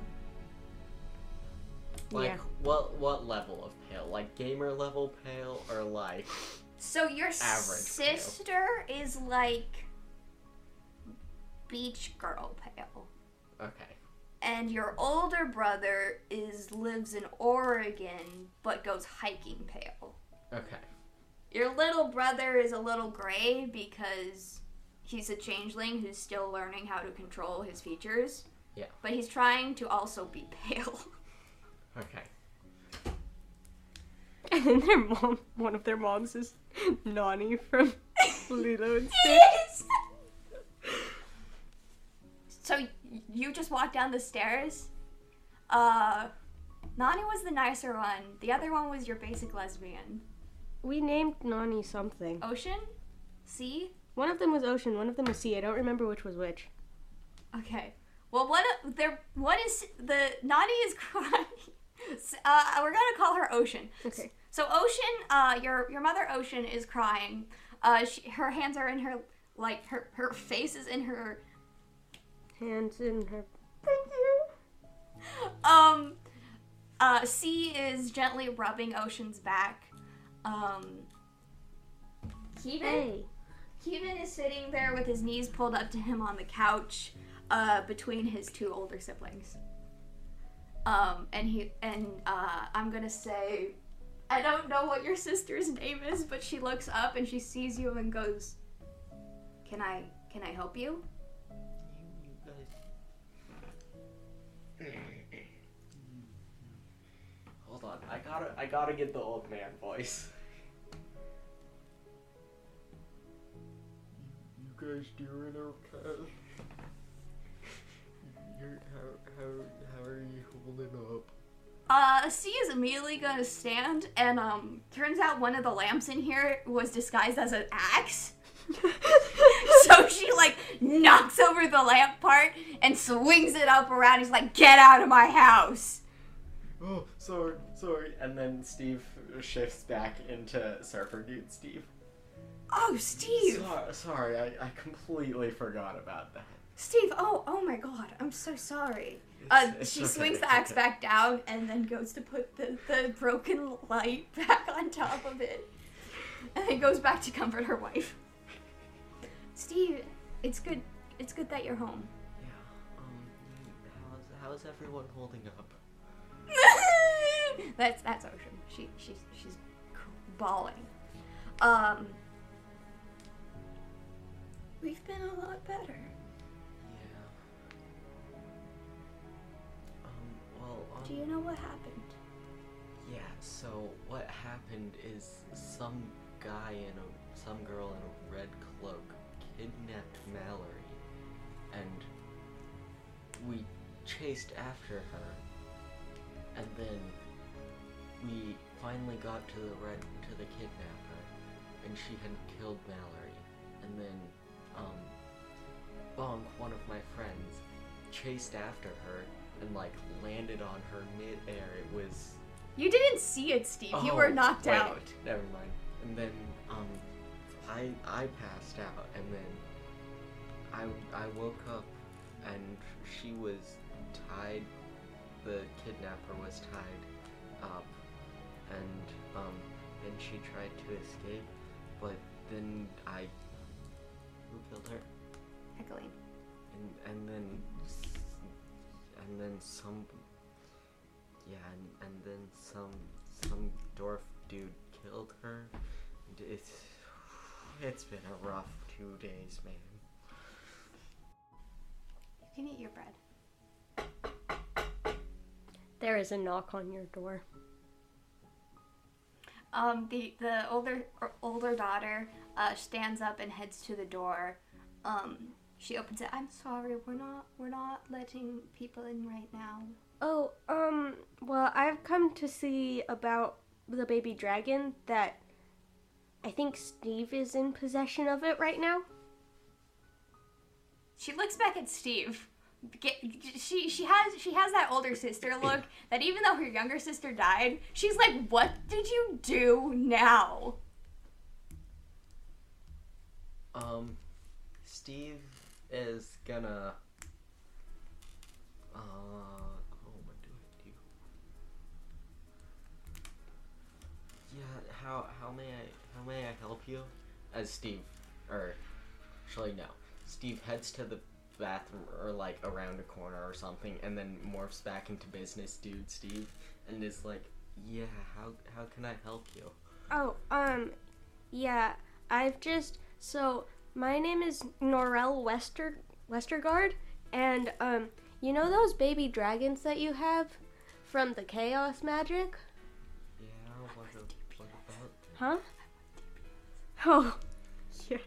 S2: Like
S3: Yeah.
S2: what what level of pale? Like gamer level pale or like
S1: So your
S2: pale.
S1: sister is like beach girl pale.
S2: okay.
S1: and your older brother is lives in Oregon but goes hiking pale.
S2: Okay.
S1: Your little brother is a little gray because he's a changeling who's still learning how to control his features.
S2: Yeah.
S1: But he's trying to also be pale.
S2: Okay.
S3: And then their mom, one of their moms is Nani from Lilo and Stitch.
S1: Yes! so y- you just walk down the stairs. Uh Nani was the nicer one. The other one was your basic lesbian.
S3: We named Nani something.
S1: Ocean? Sea?
S3: One of them was Ocean, one of them was Sea. I don't remember which was which.
S1: Okay. Well, what uh, there? What is the Nani is crying? S- Uh, we're gonna call her Ocean.
S3: Okay.
S1: So Ocean, uh, your your mother Ocean is crying. Uh, she, her hands are in her like her her face is in her.
S3: Hands in her.
S1: Um, uh, C is gently rubbing Ocean's back. Um, Kevin. Keevan is sitting there with his knees pulled up to him on the couch, uh, between his two older siblings. Um, and he and uh, I'm gonna say, I don't know what your sister's name is, but she looks up and she sees you and goes, "Can I? Can I help you?"
S5: You, you guys.
S2: Hold on. I gotta I gotta get the old man voice.
S5: You guys doing okay? You're, how, how, how are you holding up?
S1: Uh, C is immediately gonna stand, and um, turns out one of the lamps in here was disguised as an axe. so she like knocks over the lamp part and swings it up around. He's like, "Get out of my house!"
S2: Oh, sorry, sorry. And then Steve shifts back into surfer dude Steve.
S1: Oh, Steve,
S2: Sorry, sorry I, I completely forgot about that.
S1: Steve. Oh, oh my God, I'm so sorry. Uh,
S2: It's- it's
S1: she
S2: okay,
S1: swings the
S2: it's
S1: axe
S2: okay.
S1: back down and then goes to put the, the broken light back on top of it, and then goes back to comfort her wife. Steve, It's good. It's good that you're home.
S2: Yeah. Um. you- How's how's everyone holding up?
S1: that's that's Ocean. She she's she's bawling. Um, we've been a lot better.
S2: Yeah. Um. Well. Um,
S1: Do you know what happened?
S2: Yeah, so what happened is some guy in a some girl in a red cloak kidnapped Mallory and we chased after her and then we finally got to the red to the kidnapper and she had killed Mallory and then um Bonk, one of my friends, chased after her and like landed on her midair. It was
S1: You didn't see it, Steve. you
S2: Oh,
S1: were knocked
S2: wait,
S1: out.
S2: Never mind. And then um, I I passed out, and then I I woke up, and she was tied. The kidnapper was tied up, and um, then she tried to escape, but then I who killed her,
S1: Heckling.
S2: and and then s- and then some. Yeah, and, and then some some dwarf dude killed her. And It's it's been a rough two days, man.
S1: You can eat your bread.
S3: There is a knock on your door.
S1: Um, the the older or older daughter uh, stands up and heads to the door. Um, she opens it. I'm sorry, we're not we're not letting people in right now.
S3: Oh, um, well, I've come to see about the baby dragon that I think Steve is in possession of it right now.
S1: She looks back at Steve. Get- She she has she has that older sister look that even though her younger sister died, she's like, "What did you do now?"
S6: Um, Steve is gonna.
S2: Uh, oh, what do I do? Yeah, how how may I how may I help you?
S6: As Steve, or actually no, Steve heads to the bathroom or like around a corner or something, and then morphs back into business dude Steve, and is like,
S2: Yeah, how how can I help you?
S3: Oh, um, yeah, I've just so my name is Norel Wester Westergaard, and um, you know those baby dragons that you have from the Chaos Magic,
S2: Yeah, what, a, what about?
S3: huh? Oh, yeah.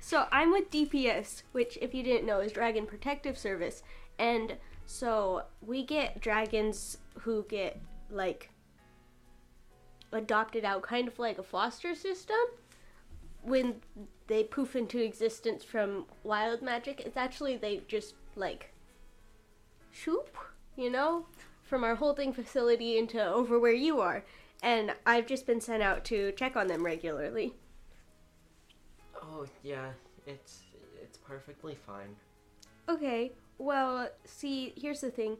S3: So I'm with DPS, which, if you didn't know, is Dragon Protective Service, and so we get dragons who get like adopted out, kind of like a foster system. When they poof into existence from wild magic, it's actually they just like shoop, you know, from our holding facility into over where you are. And I've just been sent out to check on them regularly.
S2: Oh yeah, it's it's perfectly fine.
S3: Okay, well, see, here's the thing.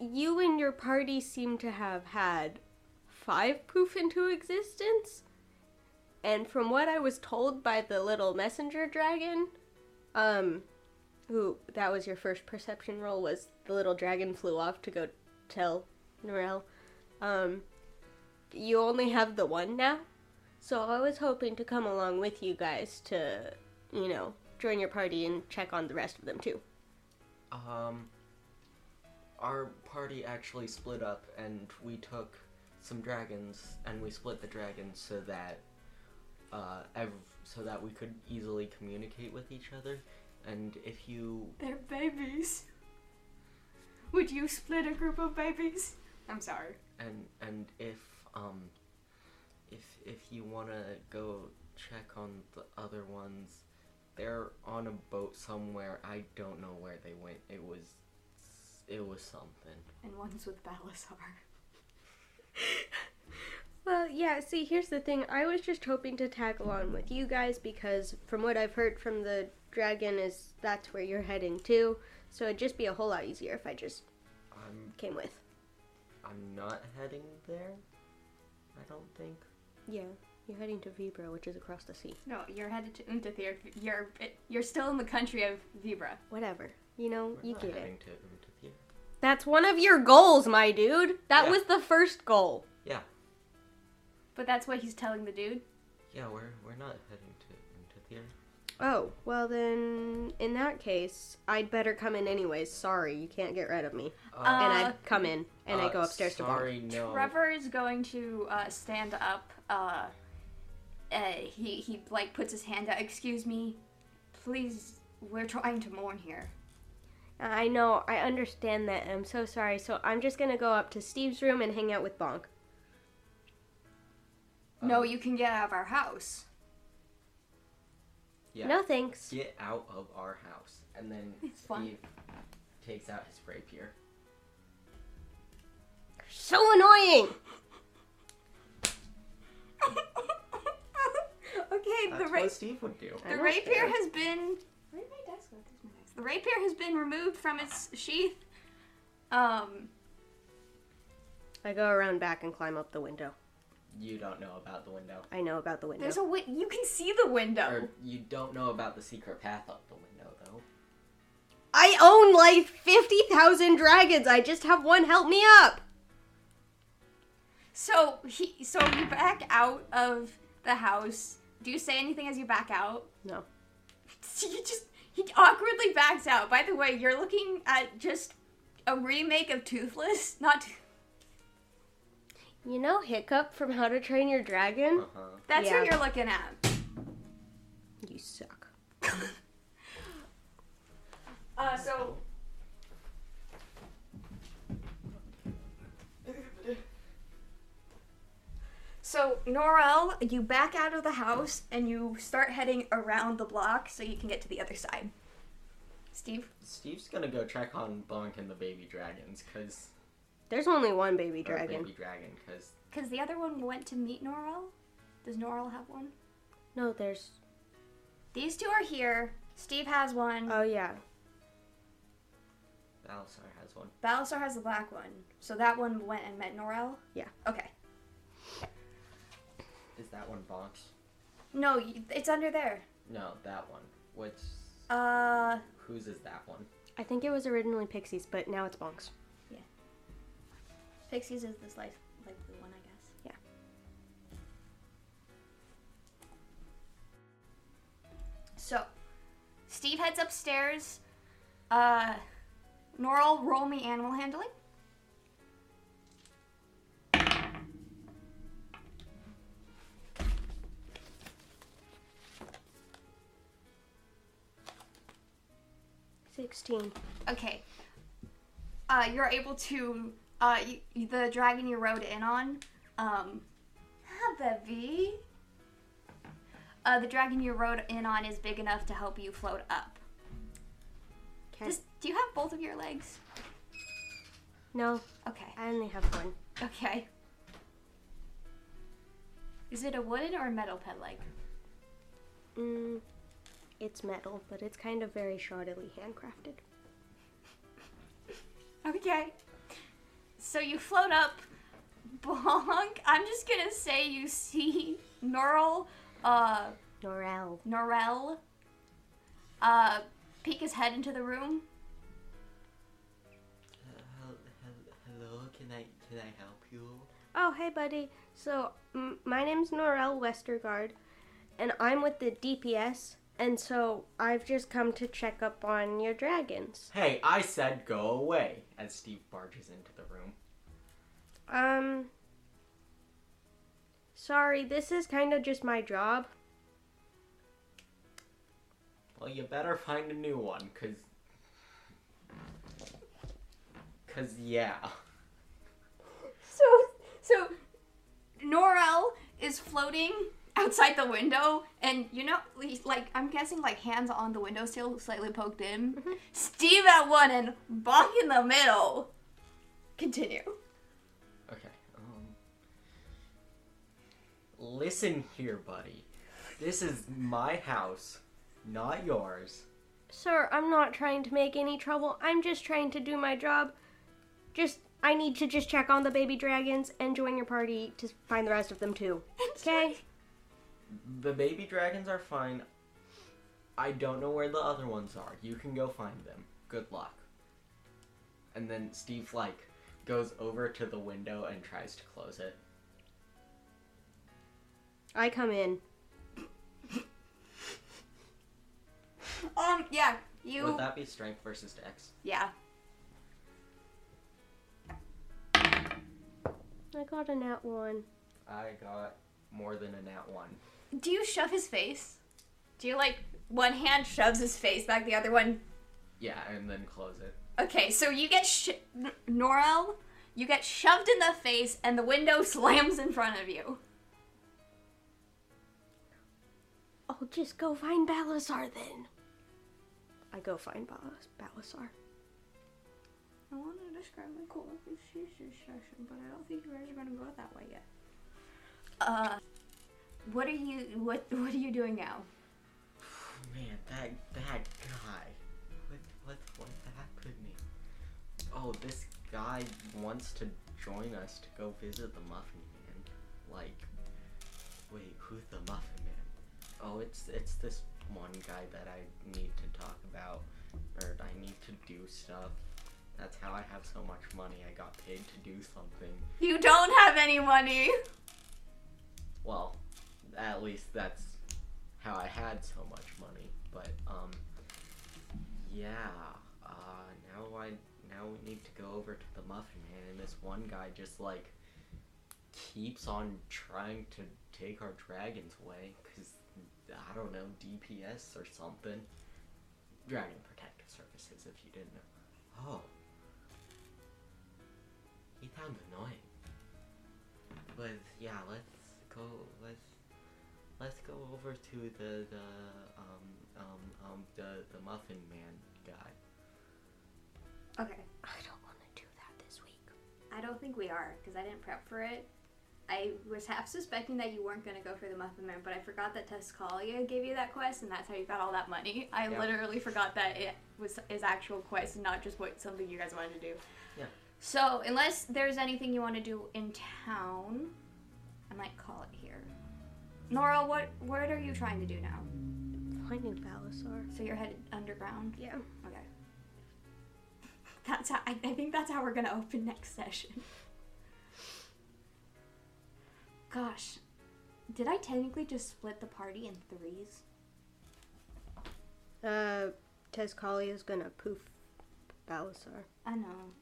S3: You and your party seem to have had five poof into existence. And from what I was told by the little messenger dragon, um, who that was your first perception roll, was the little dragon flew off to go tell Norel. Um, you only have the one now. So I was hoping to come along with you guys to you know, join your party and check on the rest of them too.
S2: Um, our party actually split up, and we took some dragons, and we split the dragons so that uh, ev- so that we could easily communicate with each other. And if you,
S1: They're babies. Would you split a group of babies? I'm sorry.
S2: and and if um, if if you wanna go check on the other ones, they're on a boat somewhere. I don't know where they went. It was, it was something.
S1: And one's with Balasar.
S3: Well, yeah, see, here's the thing. I was just hoping to tag along with you guys because from what I've heard from the dragon is that's where you're heading to. So it'd just be a whole lot easier if I just
S2: I'm
S3: came with.
S2: I'm not heading there. I don't think.
S3: Yeah. You're heading to Vibra, which is across the sea.
S1: No, you're headed to Untathir. You're you're still in the country of Vibra.
S3: Whatever. You know,
S2: We're
S3: you
S2: not
S3: get it.
S2: heading to Umtathir.
S3: That's one of your goals, my dude. That
S2: Yeah.
S3: was the first goal.
S2: Yeah,
S1: But that's what he's telling the dude.
S2: yeah, we're we're not heading to Umtathir.
S3: Oh, well then, in that case, I'd better come in anyways. Sorry, you can't get rid of me.
S1: Uh,
S3: and I come in, Um, and I
S2: uh,
S3: go upstairs to Bonk.
S2: sorry, no.
S1: Trevor is going to uh, stand up. Uh, uh, he he like puts his hand out. Excuse me, please. We're trying to mourn here.
S3: I know, I understand that, and I'm so sorry. So I'm just gonna go up to Steve's room and hang out with Bonk.
S1: no,
S2: Um,
S1: you can get out of our house.
S2: yeah.
S3: No thanks.
S2: Get out of our house. And then
S1: It's fine.
S2: Steve takes out his rapier.
S3: So annoying.
S1: okay,
S2: That's
S1: the ra-
S2: what Steve would do.
S3: I
S1: the rapier
S3: understand.
S1: has been. Where did my desk go? There's my desk. The rapier has been removed from its sheath. Um,
S3: I go around back and climb up the window.
S2: You don't know about the window.
S3: I know about the window.
S1: there's a wi- you can see the window.
S2: Or you don't know about the secret path up the window, though.
S3: I own like 50,000 dragons. I just have one help me up.
S1: So he, so you back out of the house. Do you say anything as you back out?
S3: No.
S1: You just he awkwardly backs out. By the way, you're looking at just a remake of Toothless, not Tooth-
S3: You know Hiccup from How to Train Your Dragon?
S2: Uh huh.
S1: that's
S3: Yeah.
S1: what you're looking at.
S3: You suck.
S1: Uh, so so Norel, you back out of the house and you start heading around the block so you can get to the other side. Steve.
S2: Steve's gonna go check on Bonk and the baby dragons, cause
S3: There's only one baby
S2: or
S3: dragon.
S2: baby dragon, cause
S1: Because the other one went to meet Norrell. Does Norrell have one?
S3: No, there's.
S1: These two are here. Steve has one.
S3: Oh, yeah.
S2: Balasar has one.
S1: Balasar has the black one. So that one went and met Norrell?
S3: Yeah.
S1: Okay.
S2: Is that one Bonk's?
S1: No, y- it's under there.
S2: No, that one. Which
S1: Uh,
S2: whose is that one?
S3: I think it was originally Pixies, but now it's Bonks.
S1: Pixies is this light, light blue one, I guess.
S3: Yeah.
S1: So, Steve heads upstairs. Uh, Norrell, roll me animal handling.
S3: Sixteen.
S1: Okay. Uh, you're able to uh, y y- the dragon you rode in on. Um, hi, bevy. Uh, the dragon you rode in on is big enough to help you float up.
S3: Okay.
S1: Does- do you have both of your legs?
S3: No,
S1: Okay.
S3: I only have one.
S1: Okay. Is it a wooden or a metal pet leg?
S3: Mm, it's metal, but it's kind of very shoddily handcrafted.
S1: Okay. So you float up, bonk. I'm just gonna say you see Norl, uh,
S3: Norel.
S1: Norel uh, peek his head into the room.
S5: Uh, hel- hel- hello, can I can I help you?
S3: Oh, hey, buddy. So, m- my name's Norel Westergaard, and I'm with the DPS, and so I've just come to check up on your dragons.
S2: Hey, I said go away. As Steve barges into the room.
S3: Um. Sorry, this is kind of just my job.
S2: Well, you better find a new one, cause. Cause yeah.
S1: So, so Norel is floating outside the window, and you know, he's like I'm guessing, like hands on the windowsill, slightly poked in. Steve at one and Bonk in the middle. Continue.
S2: Okay. Um. Listen here, buddy. This is my house, not yours.
S3: Sir, I'm not trying to make any trouble. I'm just trying to do my job. Just, I need to just check on the baby dragons and join your party to find the rest of them too. Okay?
S2: the baby dragons are fine. I don't know where the other ones are. You can go find them. Good luck. And then Steve like goes over to the window and tries to close it.
S3: I come in.
S1: Um, yeah, you.
S2: Would that be strength versus dex?
S1: Yeah.
S3: I got a nat one.
S2: I got more than a nat one.
S1: Do you shove his face? Do you like one hand shoves his face back, the other one?
S2: Yeah, and then close it.
S1: Okay, so you get sh- N- Norel, you get shoved in the face, and the window slams in front of you.
S3: Oh, just go find Balasar then. I go find Balas- Balasar.
S1: I want to describe my cool session, but I don't think you guys are gonna go that way yet. Uh, what are you what What are you doing now?
S2: Oh,
S5: Man, that that guy. What what what happened to me?
S2: Oh, this guy wants to join us to go visit the Muffin Man. Like,
S5: Wait, who's the Muffin Man?
S2: oh, it's it's this one guy that I need to talk about, or I need to do stuff. That's how I have so much money. I got paid to do something.
S1: You don't have any money.
S2: Well, at least that's how I had so much money. But um, yeah. Uh, now I now we need to go over to the Muffin Man, and this one guy just like keeps on trying to take our dragons away because I don't know DPS or something. Dragon Protective Services, if you didn't know.
S5: Oh. He sounds annoying. But yeah, let's go let's let's go over to the the um um um the the muffin man guy.
S1: Okay,
S3: I don't want to do that this week.
S1: I don't think we are because I didn't prep for it. I was half suspecting that you weren't gonna go for the Muffin Man, but I forgot that Tuscalia gave you that quest, and that's how you got all that money. I
S2: Yeah.
S1: literally forgot that it was his actual quest, and not just what something you guys wanted to do.
S2: Yeah.
S1: So unless there's anything you want to do in town, I might call it here. Nora, what what are you trying to do now?
S3: Finding Balasar.
S1: So you're headed underground.
S3: Yeah.
S1: Okay. That's how I, I think that's how we're gonna open next session. Gosh, did I technically just split the party in threes?
S3: Uh, Tezcali is gonna poof Balasar.
S1: I know.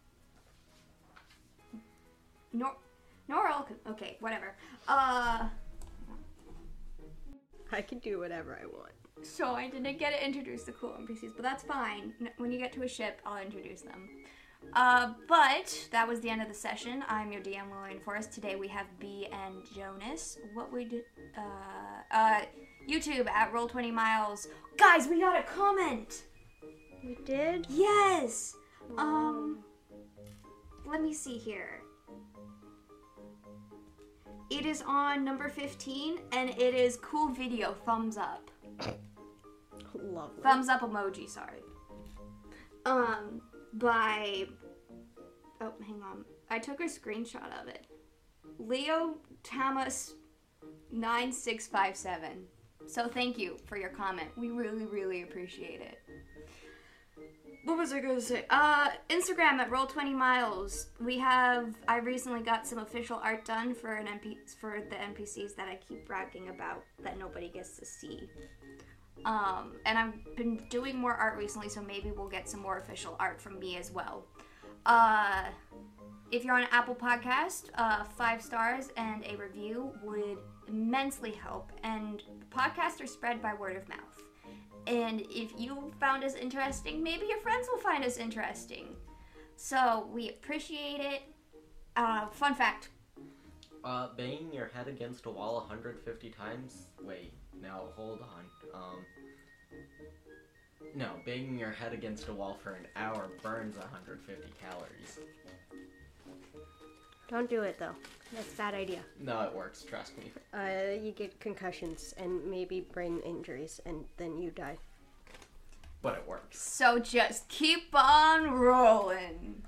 S1: Nor, Norl. could- Okay, whatever. Uh,
S3: I can do whatever I want.
S1: so I didn't get to introduce the cool NPCs, but that's fine. N- When you get to a ship, I'll introduce them. Uh, but that was the end of the session. I'm your DM, Lillian Forrest. Today we have B and Jonas. What would uh, uh, YouTube at Roll Twenty Miles, guys? We got a comment.
S3: We did?
S1: Yes. Um, let me see here. It is on number 15 and it is cool video thumbs up.
S3: Lovely.
S1: Thumbs up emoji, sorry. Um, by. Oh, hang on. I took a screenshot of it. Leo Thomas 9657. So thank you for your comment. We really, really appreciate it. What was I gonna say? Uh, Instagram at roll20miles. We have. I recently got some official art done for an MP for the NPCs that I keep bragging about that nobody gets to see. Um, and I've been doing more art recently, so maybe we'll get some more official art from me as well. Uh, if you're on Apple Podcast, uh, five stars and a review would immensely help. And podcasts are spread by word of mouth. And if you found us interesting, maybe your friends will find us interesting. So we appreciate it. Uh, fun fact
S2: Uh, banging your head against a wall 150 times? Wait, no, hold on. Um, no, banging your head against a wall for an hour burns 150 calories.
S3: Don't do it though. That's a bad idea.
S2: No, it works, trust me.
S3: Uh, you get concussions and maybe brain injuries, and then you die.
S2: But it works.
S1: So just keep on rolling.